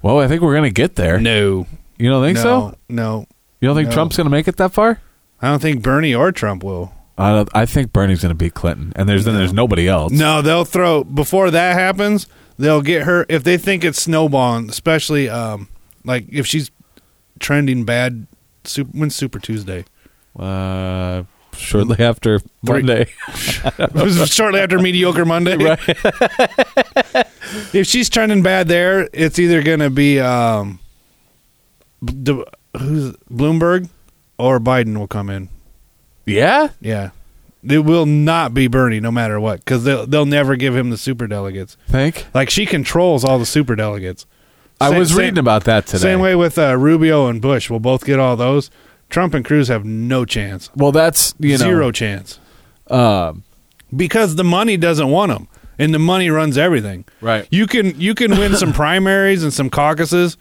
Well, I think we're gonna get there. No, You don't think no, so? no. You don't think No. Trump's gonna make it that far? I don't think Bernie or Trump will. I don't, I think Bernie's gonna beat Clinton, and there's then there's nobody else. No, they'll throw before that happens. They'll get her if they think it's snowballing, especially um, like if she's trending bad. Super, when's Super Tuesday? <laughs> Uh, shortly after Three- Monday. <laughs> It was shortly after mediocre Monday. Right. <laughs> if she's trending bad there, it's either going to be um, B- D- who's Bloomberg or Biden will come in. yeah. Yeah. It will not be Bernie, no matter what, because they'll they'll never give him the super delegates. Think. Like she controls all the super delegates. I Same- was same- reading about that today. Same way with uh, Rubio and Bush, we'll both get all those. Trump and Cruz have no chance, Well, that's you know Um, zero chance, because the money doesn't want them, and the money runs everything. Right. You can you can <laughs> win some primaries and some caucuses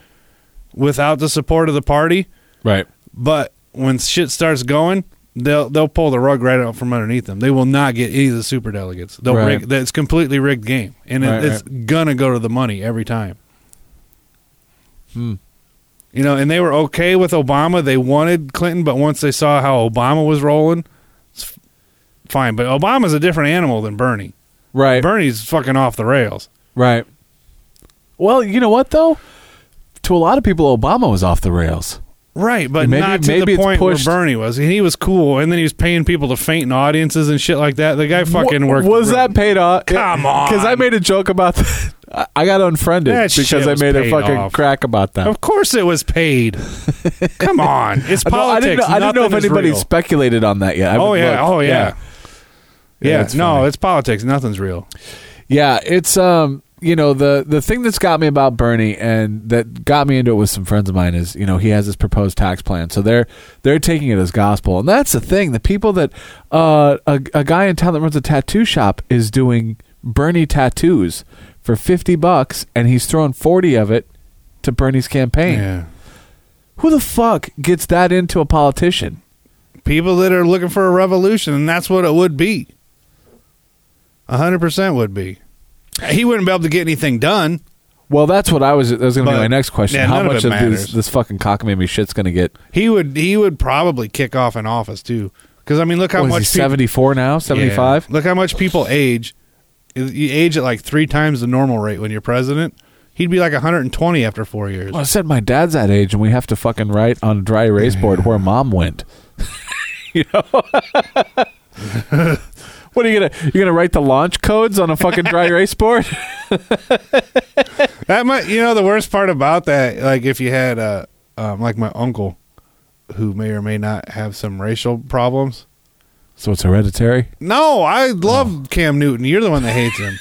without the support of the party, Right. but when shit starts going, they'll they'll pull the rug right out from underneath them. They will not get any of the super delegates. They'll Right. rig, that's completely rigged game, and it, Right, it's gonna go to the money every time. Hmm. You know, and they were okay with Obama. They wanted Clinton, but once they saw how Obama was rolling, it's f- fine. But Obama's a different animal than Bernie. Right. Bernie's fucking off the rails. Right. Well, you know what though? To a lot of people, Obama was off the rails. Right, but Maybe- not to maybe the it's point pushed- where Bernie was. He was cool, and then he was paying people to faint in audiences and shit like that. The guy fucking Wa- worked. Was that paid off? Come on. Because I made a joke about that. <laughs> I- I got unfriended That shit because I was made a paid fucking off. crack about that. <laughs> Of course, it <laughs> was paid. Come on, it's No, I didn't know, politics. I didn't know if Nothing is anybody real. speculated on that yet. I oh haven't yeah. looked. Oh yeah. Yeah. it's no, funny. it's politics. Nothing's real. Yeah, it's um, you know, the the thing that's got me about Bernie and that got me into it with some friends of mine is, you know, he has this proposed tax plan. So they're they're taking it as gospel. And that's the thing. The people that uh a, a guy in town that runs a tattoo shop is doing Bernie tattoos for 50 bucks and he's throwing 40 of it to Bernie's campaign. Yeah. Who the fuck gets that into a politician? People that are looking for a revolution, and that's what it would be. hundred percent would be. He wouldn't be able to get anything done. Well, that's what I was. That was going to be But- my next question. yeah, How none of much it of, this, matters. this fucking cockamamie shit's going to get? He would he would probably kick off an office too. Because I mean, look how What is much he? peop- Seventy four now? Seventy five? Yeah. Look how much people age. You age at like three times the normal rate when you're president. He'd be like 120 after four years. Well, I said my dad's that age, and we have to fucking write on a dry erase board where mom went. <laughs> you know. <laughs> What are you gonna? You're gonna write the launch codes on a fucking dry erase <laughs> board? That might, you know, the worst part about that, like if you had, uh, um, like my uncle, who may or may not have some racial problems. so it's hereditary. No, I love Cam Newton. You're the one that hates <laughs> him,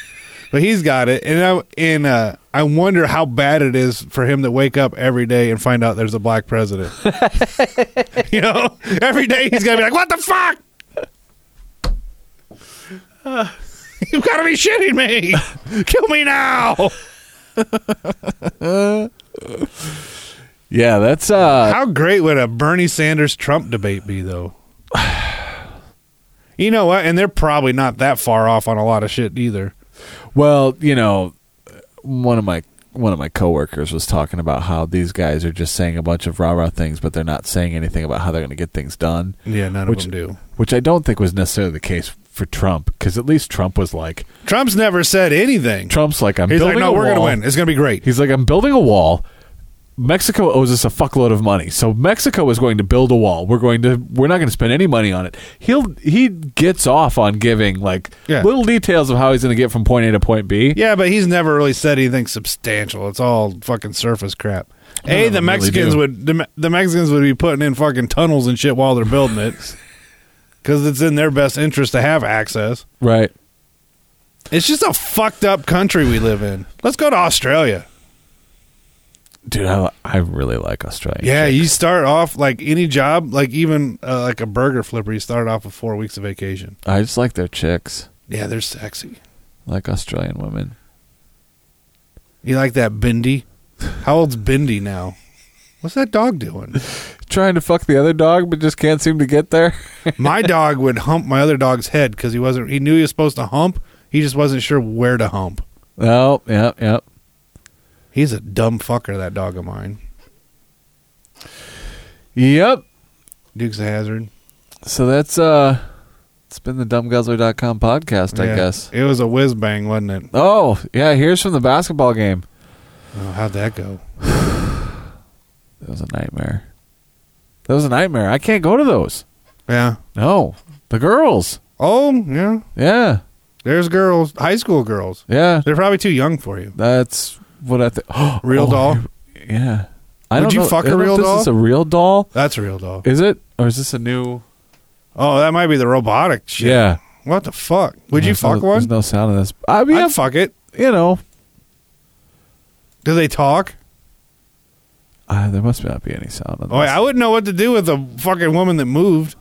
but he's got it, and I and uh, I wonder how bad it is for him to wake up every day and find out there's a black <laughs> president. you know, every day he's gonna be like, "What the <sighs> fuck." You've got to be shitting <laughs> me! Kill me now! Yeah, that's uh. How great would a Bernie Sanders Trump debate be, though? <sighs> You know what? And they're probably not that far off on a lot of shit either. Well, you know, one of my one of my coworkers was talking about how these guys are just saying a bunch of rah rah things, but they're not saying anything about how they're going to get things done. Yeah, none Which- of them do. which I don't think was necessarily the case for Trump, because at least Trump was like, Trump's never said anything. Trump's like, I'm He's like, building no, a we're going to wall." win. It's going to be great. He's like, I'm building a wall. Mexico owes us a fuckload of money, so Mexico is going to build a wall. We're going to, we're not going to spend any money on it. He'll, he gets off on giving like Yeah. little details of how he's going to get from point A to point B. Yeah, but he's never really said anything substantial. It's all fucking surface crap. None A, of the them really Mexicans do. would the, Me- the Mexicans would be putting in fucking tunnels and shit while they're building <laughs> it, because it's in their best interest to have access. Right. It's just a fucked up country we live in. Let's go to Australia. Dude, I, I really like Australia. Yeah, you start off like any job, like even uh, like a burger flipper. You start off with four weeks of vacation. I just like their chicks, Yeah, they're sexy. I like Australian women. You like that Bindi? How old's Bindi now? What's that <laughs> dog doing? Trying to fuck the other dog, but just can't seem to get there. My dog would hump my other dog's head because he wasn't. He knew he was supposed to hump. He just wasn't sure where to hump. oh, yeah, yeah. He's a dumb fucker. That dog of mine, Yep. Duke's a hazard. So that's uh it's been the dumbguzzler.com podcast, I Yeah. guess. it was a whiz bang, wasn't it? Oh, yeah, here's from the basketball game. Oh, how'd that go? That was a nightmare. That was a nightmare. I can't go to those. Yeah. No. The girls. Oh, yeah. Yeah. There's girls, high school girls. Yeah. They're probably too young for you. That's what I <gasps> think. Real doll. Yeah. I Would don't you know- fuck I a don't know real if this doll? Is a real doll? That's a real doll. Is it? Or is this a new Oh, that might be the robotic shit. Yeah. What the fuck? Would you There's no- fuck one? There's no sound in this. I mean, I'd yeah, fuck it. you know, Do they talk? uh, there must not be any sound. In Oh, this. I wouldn't know what to do with a fucking woman <laughs> that moved.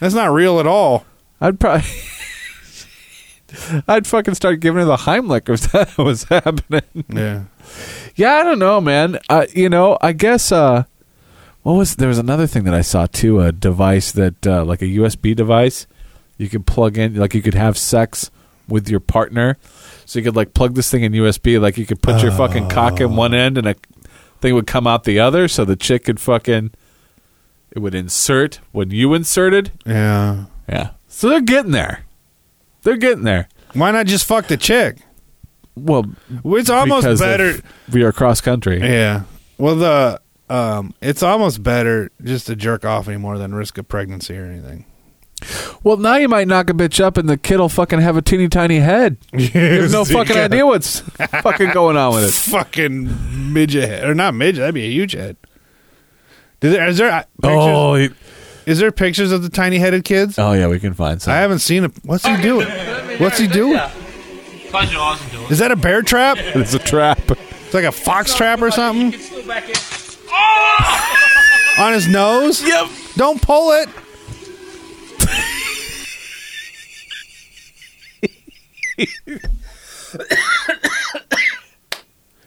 That's not real at all. I'd probably. <laughs> I'd fucking start giving her the Heimlich if that <laughs> was happening. Yeah. Yeah, I don't know, man. Uh, you know, I guess. Uh, what was there was another thing that I saw too? A device that, uh, like a USB device, you could plug in. Like you could have sex with your partner, so you could like plug this thing in USB. Like you could put your fucking cock in one end, and a thing would come out the other, so the chick could fucking. It would insert when you inserted. Yeah. Yeah. So they're getting there. They're getting there. Why not just fuck the chick? Well, It's almost because of- better. We are cross country. Yeah. Well, the um, it's almost better just to jerk off anymore than risk a pregnancy or anything. Well, now you might knock a bitch up, and the kid'll fucking have a teeny tiny <laughs> head. <laughs> You have no Yes, fucking yeah. idea what's fucking going on with <laughs> it. Fucking midget head, or not midget? That'd be a huge head. Is there, is there uh, pictures? Oh, he- Is there pictures of the tiny headed kids? oh yeah, we can find some. I haven't seen a. What's he doing? What's he doing? Close your eyes and do it. Is that a bear trap? it's a <laughs> trap. It's like a fox trap or something Still back in. on his nose. Yep. Don't pull it.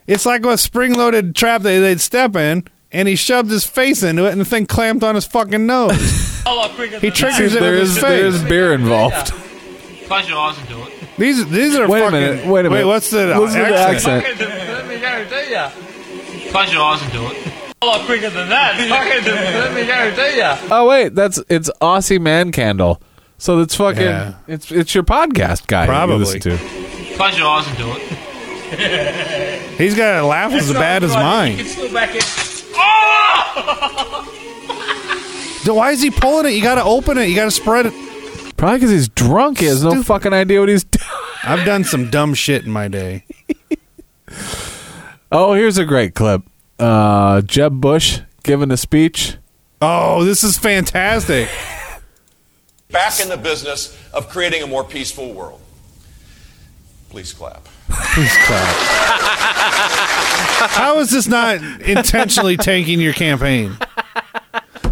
it's like a spring-loaded trap that they'd step in, and he shoved his face into it, and the thing clamped on his fucking nose. Oh, I figured He that out. triggers it There with is his there is <laughs> face. beer involved. Close your eyes and do it. These these are Wait a fucking. minute. Wait a minute. Wait, what's the Listen to the accent? accent? Let me guarantee ya. Close your eyes and do it. A lot quicker than <laughs> that. Fucking, let me guarantee ya. Oh wait, that's it's Aussie Man Candle. So that's fucking. Yeah. It's it's your podcast guy. that Probably. You listen to. Close your eyes and do it. He's got a laugh as bad as mine. still back in. Oh! So why is he pulling it? You got to open it. You got to spread it. Probably because he's drunk. He has no Stupid. fucking idea what he's doing. I've done some dumb shit in my day. <laughs> Oh, here's a great clip. Uh, Jeb Bush giving a speech. Oh, this is fantastic. back in the business of creating a more peaceful world. Please clap. How is this not intentionally tanking your campaign?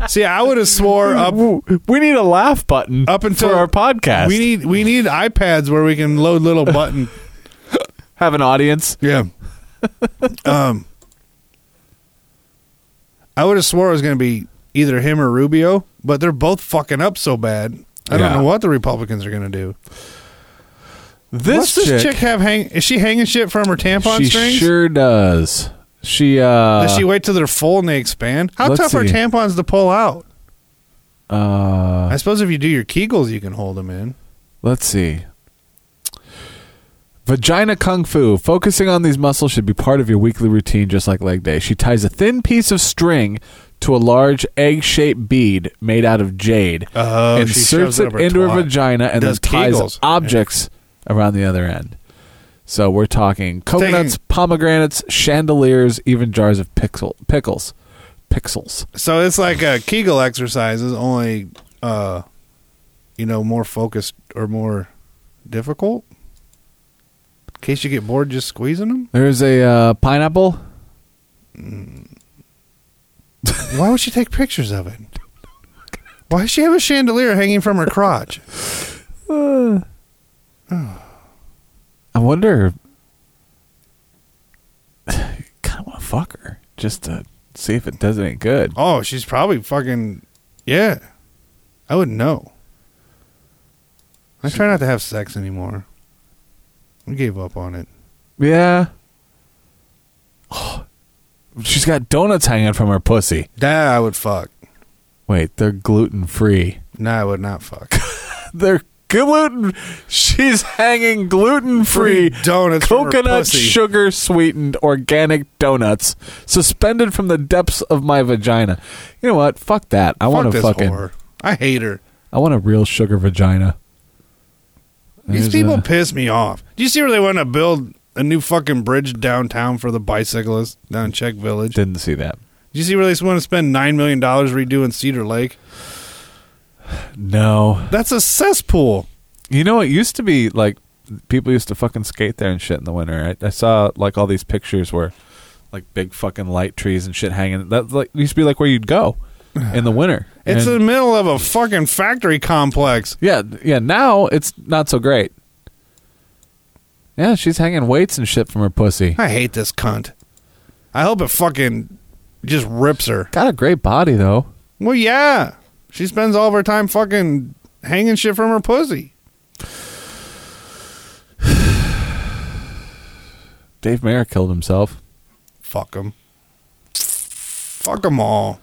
See, I would have swore up Ooh, We need a laugh button Up until- for our podcast. we need we need iPads where we can load little button. have an audience. <laughs> Yeah. Um I would have swore it was going to be either him or Rubio, but they're both fucking up so bad. I don't Yeah. know what the Republicans are going to do. This What's this chick, chick have hang? Is she hanging shit from her tampon she strings? sure does. She uh, Does she wait till they're full and they expand? How let's tough are see. tampons to pull out? uh, I suppose if you do your Kegels, you can hold them in. let's see. Vagina kung fu. Focusing on these muscles should be part of your weekly routine, just like leg day. She ties a thin piece of string to a large egg-shaped bead made out of jade, Oh, she inserts shoves it it up her into her twat. vagina, and Does then ties Kegels. objects around the other end. So we're talking coconuts, Dang. pomegranates, chandeliers, even jars of pixel pickles, pixels. So it's like a Kegel exercise, is only, uh, you know, more focused or more difficult. In case you get bored, just squeezing them. There's a uh, pineapple. Why would she take pictures of it? Why does she have a chandelier hanging from her crotch? I wonder. <sighs> kind of want to fuck her just to see if it does any good. Oh, she's probably fucking. Yeah, I would know. I try not to have sex anymore. I gave up on it. Yeah. Oh, she's got donuts hanging from her pussy. That I would fuck. Wait, they're gluten free. No, I would not fuck. They're gluten. She's hanging gluten free donuts from her coconut pussy. sugar sweetened organic donuts suspended from the depths of my vagina. You know what? Fuck that. I want fuck to this fucking. whore. I hate her. I want a real sugar vagina. These There's people a- piss me off. Do you see where they want to build a new fucking bridge downtown for the bicyclists down in Czech Village? Do didn't see that. you see where they want to spend nine million dollars redoing Cedar Lake? No. That's a cesspool. You know, it used to be like people used to fucking skate there and shit in the winter. I, I saw like all these pictures where like big fucking light trees and shit hanging. That like used to be like where you'd go in <sighs> the winter. It's And- in the middle of a fucking factory complex. Yeah, yeah. Now it's not so great. Yeah, she's hanging weights and shit from her pussy. I hate this cunt. I hope it fucking just rips her. Got a great body though. Well, yeah, she spends all of her time fucking hanging shit from her pussy. Dave Mayer killed himself. Fuck them. Fuck them all.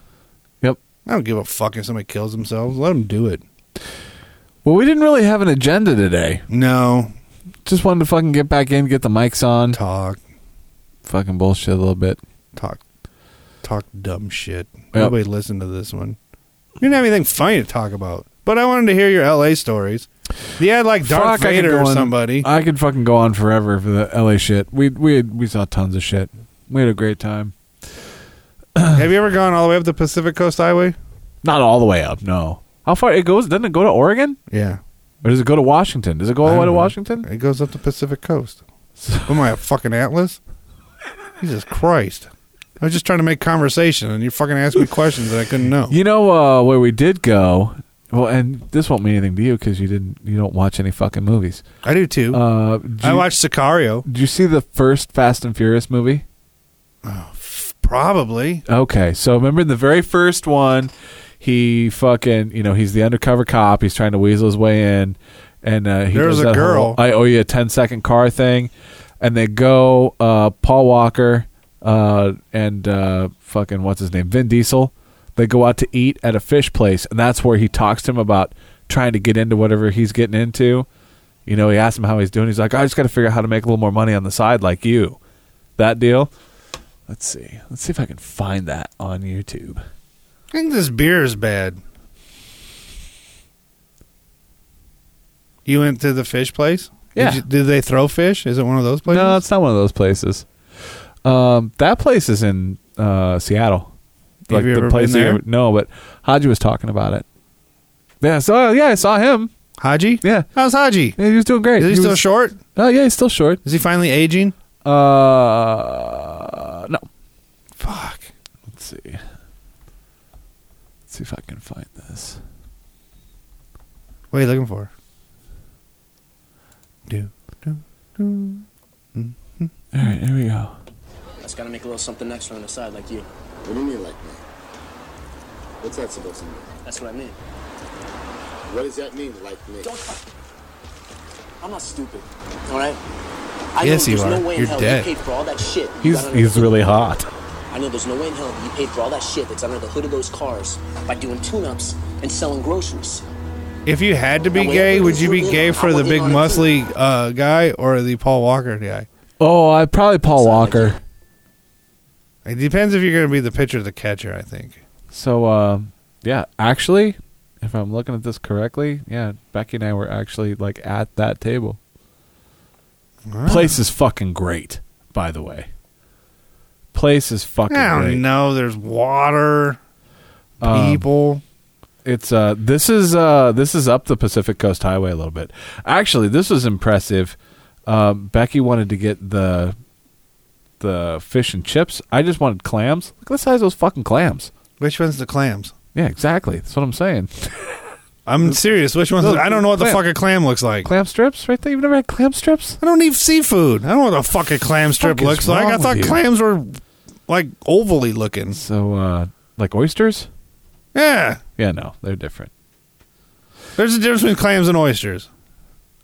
Yep. I don't give a fuck if somebody kills themselves. Let them do it. Well, we didn't really have an agenda today. No Just wanted to fucking get back in, get the mics on, talk, fucking bullshit a little bit. talk, talk dumb shit. Nobody listened to this one. You didn't have anything funny to talk about, but I wanted to hear your L.A. stories. You had like Darth Fuck, I could Vader go or on- <sighs> somebody. I could fucking go on forever for the LA shit. We we had, we saw tons of shit. We had a great time. have you ever gone all the way up the Pacific Coast Highway? Not all the way up, no. How far it goes? Doesn't it go to Oregon? Yeah. Or does it go to Washington? Does it go all the way to Washington? It goes up the <laughs> Pacific coast. Am I a fucking atlas? Jesus Christ. I was just trying to make conversation and you fucking asked me questions that I couldn't know. You know uh, where we did go. Well, and this won't mean anything to you because you didn't. You don't watch any fucking movies. I do too. Uh, did I you- watched Sicario. Did you see the first Fast and Furious movie? Probably. Okay, so remember in the very first one, he fucking you know he's the undercover cop. He's trying to weasel his way in, and uh, he There was does a that girl. whole, I owe you a 10 second car thing, and they go uh, Paul Walker uh, and uh, fucking what's his name Vin Diesel. They go out to eat at a fish place, and that's where he talks to him about trying to get into whatever he's getting into. You know, he asks him how he's doing. He's like, I just got to figure out how to make a little more money on the side, like you. That deal. Let's see. Let's see if I can find that on YouTube. I think this beer is bad. You went to the fish place? Yeah. Did, you, did they throw fish? Is it one of those places? No, it's not one of those places. Um, that place is in uh, Seattle. Have you ever been that you there? ever- no, but Haji was talking about it. Yeah, so yeah, I saw him. Haji? Yeah, How's Haji? yeah he was doing great. Is he, still was- short? Oh yeah, he's still short. Is he finally aging? Uh, no. Fuck. Let's see. Let's see if I can find this. What are you looking for? Do. do. All right, there we go. That's gotta make a little something extra on the side, like you. What do you mean like that? What's that supposed to mean? That's what I mean. What does that mean, like me? I'm not stupid, all right? I Yes, know you there's No are. way in You're hell dead. You paid for all that shit. you He's got under he's the hood. really hot. I know there's no way in hell that you paid for all that shit that's under the hood of those cars by doing tune-ups and selling groceries. If you had to be gay, would you be gay for the big muscly uh, guy or the Paul Walker guy? Oh, I probably Paul Walker. It depends if you're going to be the pitcher or the catcher, I think. So um, yeah, actually, if I'm looking at this correctly, yeah, Becky and I were actually like at that table. Place is fucking great, by the way. Place is fucking I great. don't know. There's water, Um, people. It's uh this is uh this is up the Pacific Coast Highway a little bit. Actually, this was impressive. Um, Becky wanted to get the the fish and chips. I just wanted clams. Look at the size of those fucking clams. Which one's the clams? Yeah, exactly. That's what I'm saying. I'm serious. Which one's? No, I don't know what the clam. fuck a clam looks like. Clam strips, right there. You've never had clam strips? I don't eat seafood. I don't know what the fuck a clam strip fuck is looks like. wrong I thought with you? clams were like ovally looking. So, uh, like oysters? Yeah, Yeah, no, they're different. there's a difference between clams and oysters.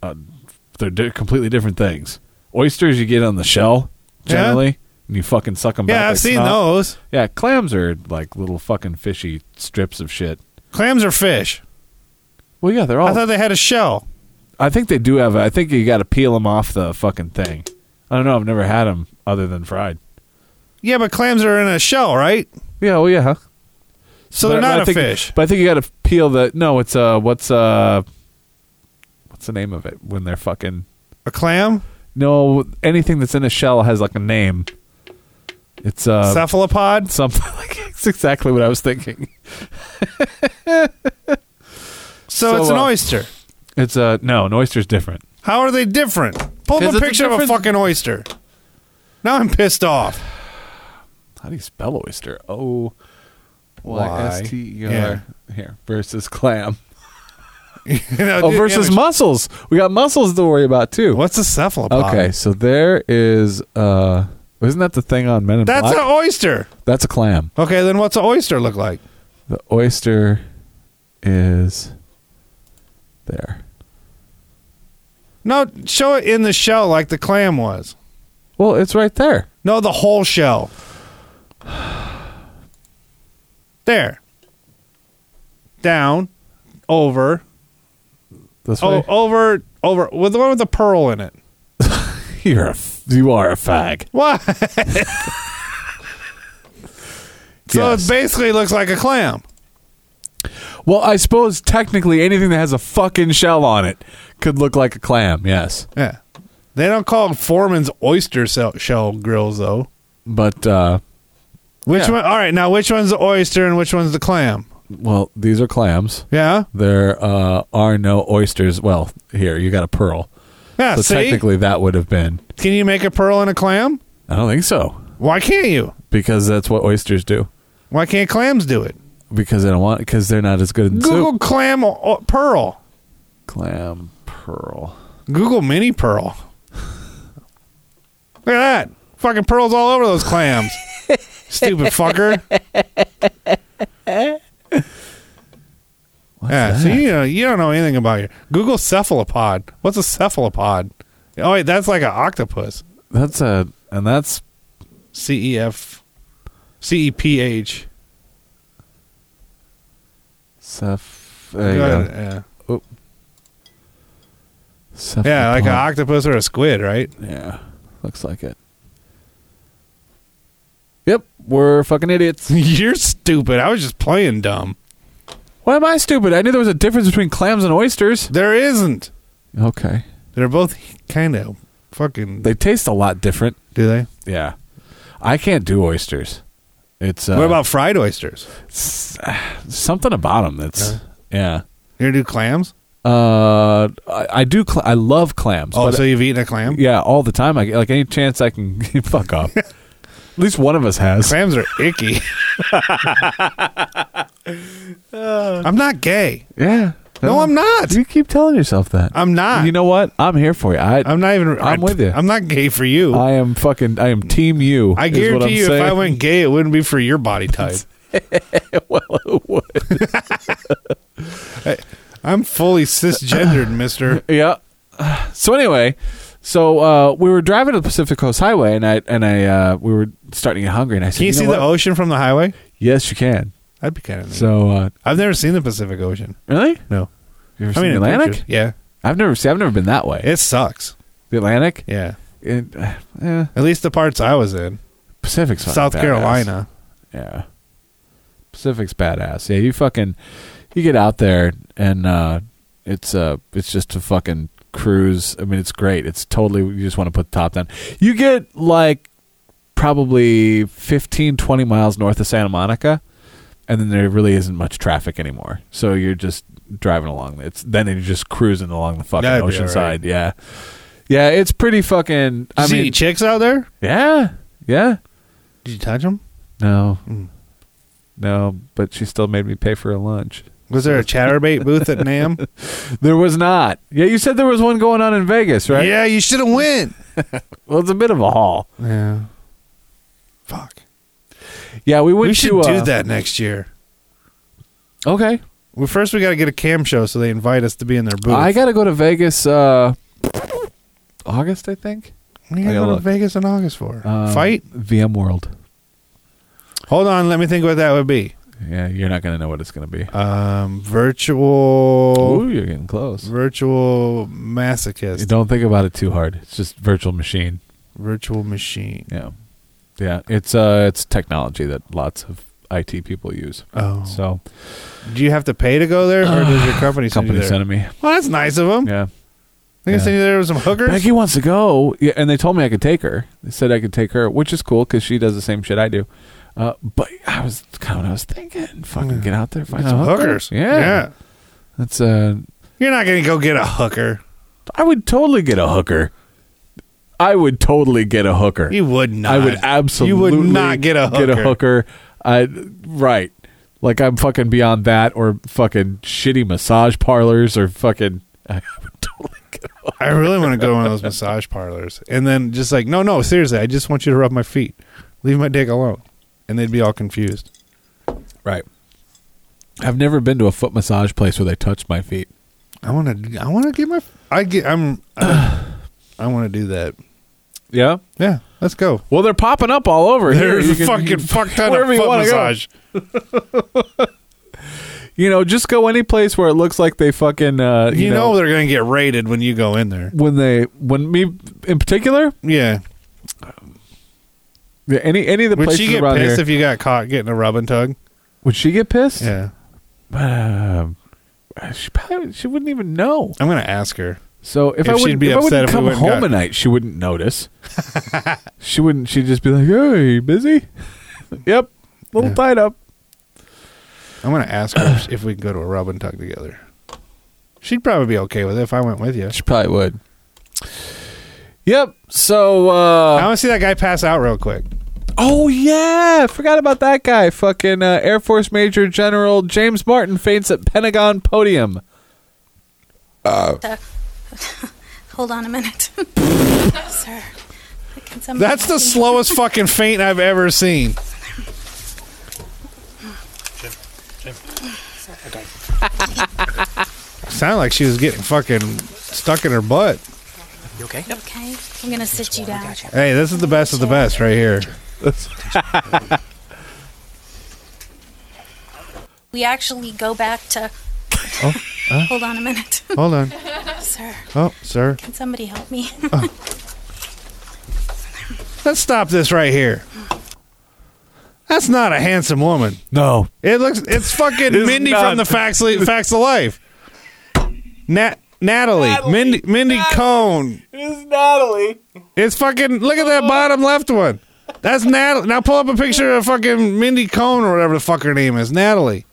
They're di- completely different things. Oysters you get on the shell Yeah. generally, and you fucking suck them. back Yeah, I've like seen snot. those. Yeah, clams are like little fucking fishy strips of shit. Clams are fish. Well, yeah, they're all. I thought they had a shell. I think they do have. I think you got to peel them off the fucking thing. I don't know. I've never had them other than fried. Yeah, but clams are in a shell, right? Yeah. Well, yeah. So But they're I not a think- fish. But I think you got to peel the. No, it's uh, what's uh, what's the name of it when they're fucking. A clam, No, anything that's in a shell has like a name. It's uh cephalopod. something <laughs> like it's exactly what I was thinking. So, so, it's an uh, oyster. It's uh no, an oyster's different. How are they different? Pull 'Cause it's the a picture of a different- fucking oyster. Now I'm pissed off. <laughs> How do you spell oyster? O Y. Y S T E Yeah. R here versus clam. You know, Oh, dude, versus image- mussels. We got mussels to worry about too. What's a cephalopod? Okay, so there is uh isn't that the thing on Men in That's Black? an oyster. That's a clam. Okay, then what's an oyster look like? The oyster is there. No, show it in the shell like the clam was. Well, it's right there. No, the whole shell. <sighs> There. Down, over, This oh, way. over, over. With the one with the pearl in it. You're a f- you are a fag. What? <laughs> so Yes. it basically looks like a clam. Well, I suppose technically anything that has a fucking shell on it could look like a clam, yes. Yeah. They don't call Foreman's oyster shell, shell grills though. But uh Which Yeah. one? All right, now which one's the oyster and which one's the clam? well, these are clams. Yeah. There uh, are no oysters. Well, here you got a pearl. Yeah. so Ah, see, technically that would have been. can you make a pearl and a clam? I don't think so Why can't you? because that's what oysters do. Why can't clams do it? Because they don't want because they're not as good in Google soup. clam o- o- pearl. Clam pearl. Google mini pearl. Look at that. Fucking pearls all over <laughs> those clams. Stupid fucker. yeah, so that? you know, you don't know anything about it. Google cephalopod. What's a cephalopod? Oh wait, that's like an octopus. That's a and that's C E F C E P H. Ceph. There you Good, go. yeah. Oh. Yeah, like an Cephalopod. octopus or a squid, <laughs> right? Yeah, looks like it. Yep, we're fucking idiots. <laughs> You're stupid. I was just playing dumb. Why am I stupid? I knew there was a difference between clams and oysters. There isn't. Okay, They're both kind of fucking. they taste a lot different. do they? Yeah, I can't do oysters. It's uh, what about fried oysters? <sighs> something about them that's yeah. You ever do clams? Uh, I, I do. Cl- I love clams. Oh, but- uh, so you've eaten a clam? yeah, all the time. I get- like any chance I can <laughs> fuck <laughs> up. At least one of us has. Clams are icky. <laughs> <laughs> I'm not gay. Yeah. No, I'm not. You keep telling yourself that. I'm not. You know what? I'm here for you. I I'm not even. I'm I- with you. I'm not gay for you. I I, am fucking. I am team you. is what I'm guarantee you, saying. if I went gay, it wouldn't be for your body type. well, <laughs> it would. I'm <laughs> fully cisgendered, Mister. yeah. So anyway, so uh, we were driving to the Pacific Coast Highway, and I and I uh, we were starting to get hungry, and I said, Can you, see know the what? ocean from the highway? Yes, you can. That'd be kind of neat. So uh, I've never seen the Pacific Ocean. really, No, you ever seen I mean the in Atlantic? pictures. Yeah, I've never seen. I've never been that way. it sucks. the Atlantic. Yeah, It, uh, eh, at least the parts I was in, Pacific's fucking South badass. Carolina. Yeah. Pacific's badass. Yeah, you fucking you get out there and uh it's uh it's just a fucking cruise. I mean it's great. It's totally you just want to put the top down. You get like probably 15 20 miles north of Santa Monica and then there really isn't much traffic anymore. So you're just driving along. It's then you're just cruising along the fucking That'd be ocean alright. side. Yeah. Yeah, it's pretty fucking I I see mean any chicks out there? yeah. Yeah. Did you touch them? No. No, but she still made me pay for a lunch. <laughs> Was there a chatterbait booth at Nam? There was not. Yeah, you said there was one going on in Vegas, <laughs> right? Yeah, you should have went. Well, it's a bit of a haul. Yeah. Fuck. Yeah, we went we should to do uh, that next year. Okay. Well, first we got to get a cam show so they invite us to be in their booth. I got to go to Vegas uh August, I think. What are you I gonna gotta go look. to Vegas in August for? Uh, Fight? VM World. Hold on, let me think what that would be. Yeah, you're not going to know what it's going to be. Um, virtual, Ooh, you're getting close. virtual You masochist, don't think about it too hard. It's just virtual machine. virtual machine. Yeah. Yeah, it's uh it's technology that lots of IT people use. Oh, So, do you have to pay to go there, or <sighs> does your company send company you there? sent me. Well, that's nice of them. <laughs> Yeah. They can send you there with some hookers. Becky wants to go. Yeah, and they told me I could take her. They said I could take her, which is cool because she does the same shit I do. Uh, but I was kind of what I was thinking, fucking get out there, find Some some hooker. hookers. Yeah. that's. Uh, You're not gonna go get a hooker. I would totally get a hooker. I would totally get a hooker. You would not. I would absolutely. You would not get a hooker. Get a hooker. I right. Like I'm fucking beyond that, or fucking shitty massage parlors, or fucking. <laughs> I would totally get a hooker. I really want to go to one <laughs> of those massage parlors. And then just like, no, no, seriously, I just want you to rub my feet. Leave my dick alone. And they'd be all confused. Right. I've never been to a foot massage place where they touch my feet. I want to, I want to get my, I get, I'm, I, I want to do that. Yeah. Yeah, let's go. Well, they're popping up all over There's here. You a can- fucking fuck ton of wherever you foot wanna go. massage. You know, just go any place where it looks like they fucking. Uh, You, know, they're going to get raided when you go in there. when they when me in particular Yeah. yeah, any any of the Would places she get around pissed here if you got caught getting a rub and tug? would she get pissed? Yeah. Um, she probably she wouldn't even know. I'm going to ask her. So if, If I she'd wouldn't, be if I wouldn't upset if we come went and home got- at night, she wouldn't notice. <laughs> she wouldn't. She'd just be like, "Oh, you busy? <laughs> yep, little Yeah. tied up." I'm going to ask her if- if we can go to a rub and tug together. She'd probably be okay with it if I went with you. She probably would. Yep. So uh, I want to see that guy pass out real quick. Oh yeah, I forgot about that guy. Fucking uh, Air Force Major General James Martin faints at Pentagon podium. Hold on a minute. <laughs> Sir. Can somebody That's the help me? slowest fucking faint I've ever seen. Sir. sounded like she was getting fucking stuck in her butt. You okay? Okay. I'm gonna sit you down. Hey, this is the best of the best right here. We actually go back to. Oh, huh? <laughs> Hold on a minute. Hold on. Sir, Oh, sir. can somebody help me? <laughs> Let's stop this right here. That's not a handsome woman. No. It looks it's fucking It's Mindy not. from the Facts, Li- Facts of Life. Nat Natalie. Mindy Mindy Cone. It's Natalie. It's fucking look at that bottom left one. That's Natalie. Now pull up a picture of fucking Mindy Cone or whatever the fuck her name is. Natalie.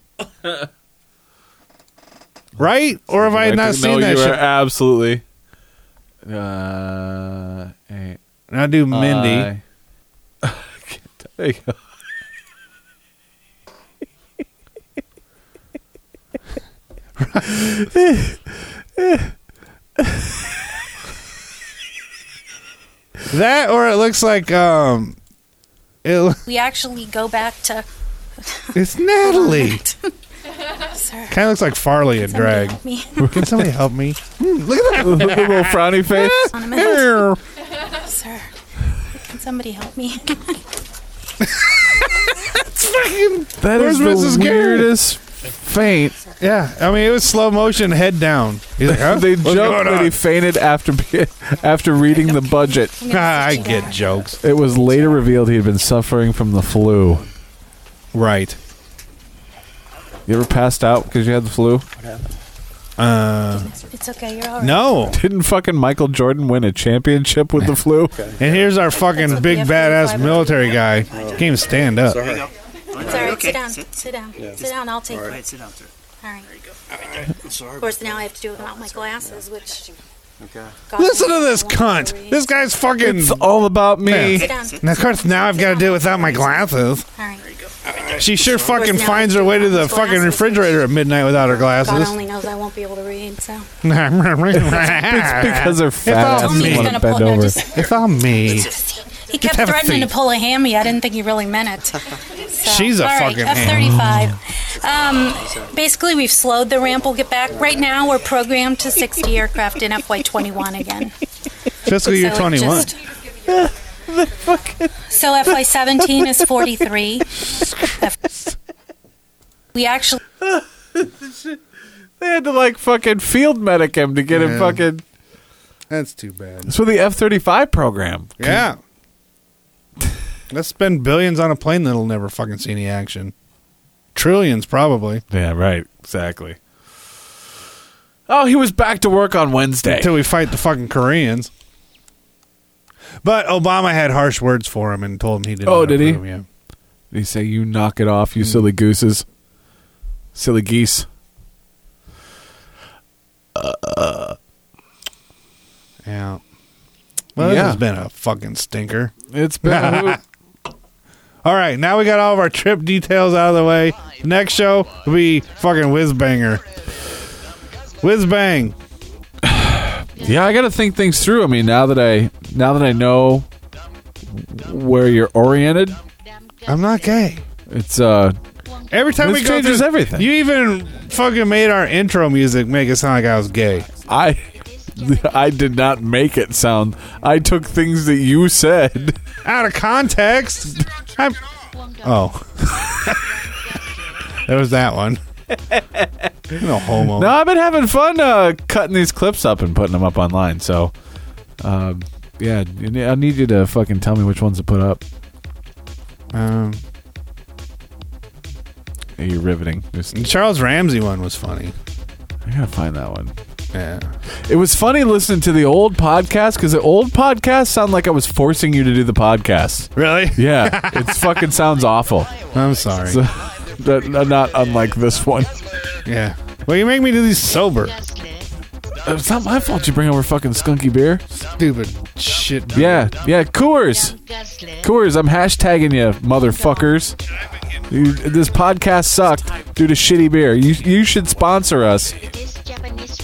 Right? Or have I Like, not no, seen you that are shit? Absolutely. Uh, eh. Now do Mindy. Uh, there you go. That or it looks like um it, lo- we actually go back to. <laughs> it's Natalie. Sir, Kind of looks like Farley in drag. help me? Can somebody help me? Mm, look at that Look at the <laughs> little frowny face. Hold on a minute. Sir, can somebody help me? <laughs> <laughs> That is Where's Mrs. the Garrett? weirdest faint. Yeah, I mean it was slow motion, head down. He's like, huh? <laughs> they What's joked going that he on? fainted after be- after reading the budget. <laughs> Ah, I get jokes. It was later revealed he had been suffering from the flu. Right. You ever passed out because you had the flu? Uh, It's okay. You're all right. no. Didn't fucking Michael Jordan win a championship with the flu? And here's our fucking big badass military guy. Can't even stand up. It's all right. Sit down. Sit down. Sit down. I'll take it. sit down, sir. All right. I'm sorry. Of course, now I have to do it without my glasses, which. Okay. God Listen to knows this I won't cunt. read. This guy's fucking. It's all about me. Sit down. And of course, now I've got to do it without my glasses. All right. She sure fucking Now finds her way to the fucking refrigerator at midnight without her God glasses. only knows I won't be able to read, so. <laughs> it's because they're fat It's all asses me. want to bend no, over. just- It's all me. He kept have a threatening to seat. pull a hammy. I didn't think he really <laughs> meant it. So, She's a all right, fucking F-35. Um, basically, we've slowed the ramp. We'll get back. Right now, we're programmed to 60 aircraft in FY21 <laughs> again. Fiscal year So it 21. just- So FY17 is <laughs> 43. F- we actually They had to like fucking field medic him to get him Yeah. fucking. That's too bad. It's with the F thirty five program. Yeah. <laughs> Let's spend billions on a plane that'll never fucking see any action. Trillions, probably. Yeah. Right. Exactly. Oh, he was back to work on Wednesday. Until we fight the fucking Koreans. But Obama had harsh words for him and told him he didn't. Oh, did he? yeah. They say, "You knock it off, you silly gooses, silly geese." Yeah. Well, Yeah. this has been a fucking stinker. It's been All right, now we got all of our trip details out of the way. Next show will be fucking whiz banger. Whiz bang. yeah. I got to think things through. I mean, now that I now that I know where you're oriented, I'm not gay. it's uh Every time This we go changes through- everything. You even fucking made our intro music make it sound like I was gay. I <laughs> I did not make it sound. I took things that you said. <laughs> Out of context. I'm, oh. <laughs> there was that one. No homo. <laughs> No, I've been having fun uh, cutting these clips up and putting them up online. So, um, yeah, you ne- I need you to fucking tell me which ones to put up. Um, Hey, You're riveting. Just- the Charles Ramsey one was funny. I gotta find that one. Yeah. It was funny listening to the old podcast because the old podcast sounded like I was forcing you to do the podcast. Really? Yeah, it fucking sounds awful. I'm sorry. So, <laughs> that- not unlike this one. Uh, yeah. Well, you make me do these sober. It's not my fault you bring over fucking skunky beer. Stupid shit. Yeah, yeah, Coors. Coors, I'm hashtagging you, motherfuckers. You, this podcast sucked due to shitty beer. You you should sponsor us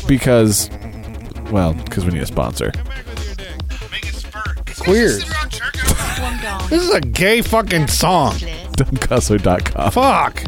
because, well, because we need a sponsor. <laughs> Queer. This is a gay fucking song. Dumbguzzler.com. Fuck.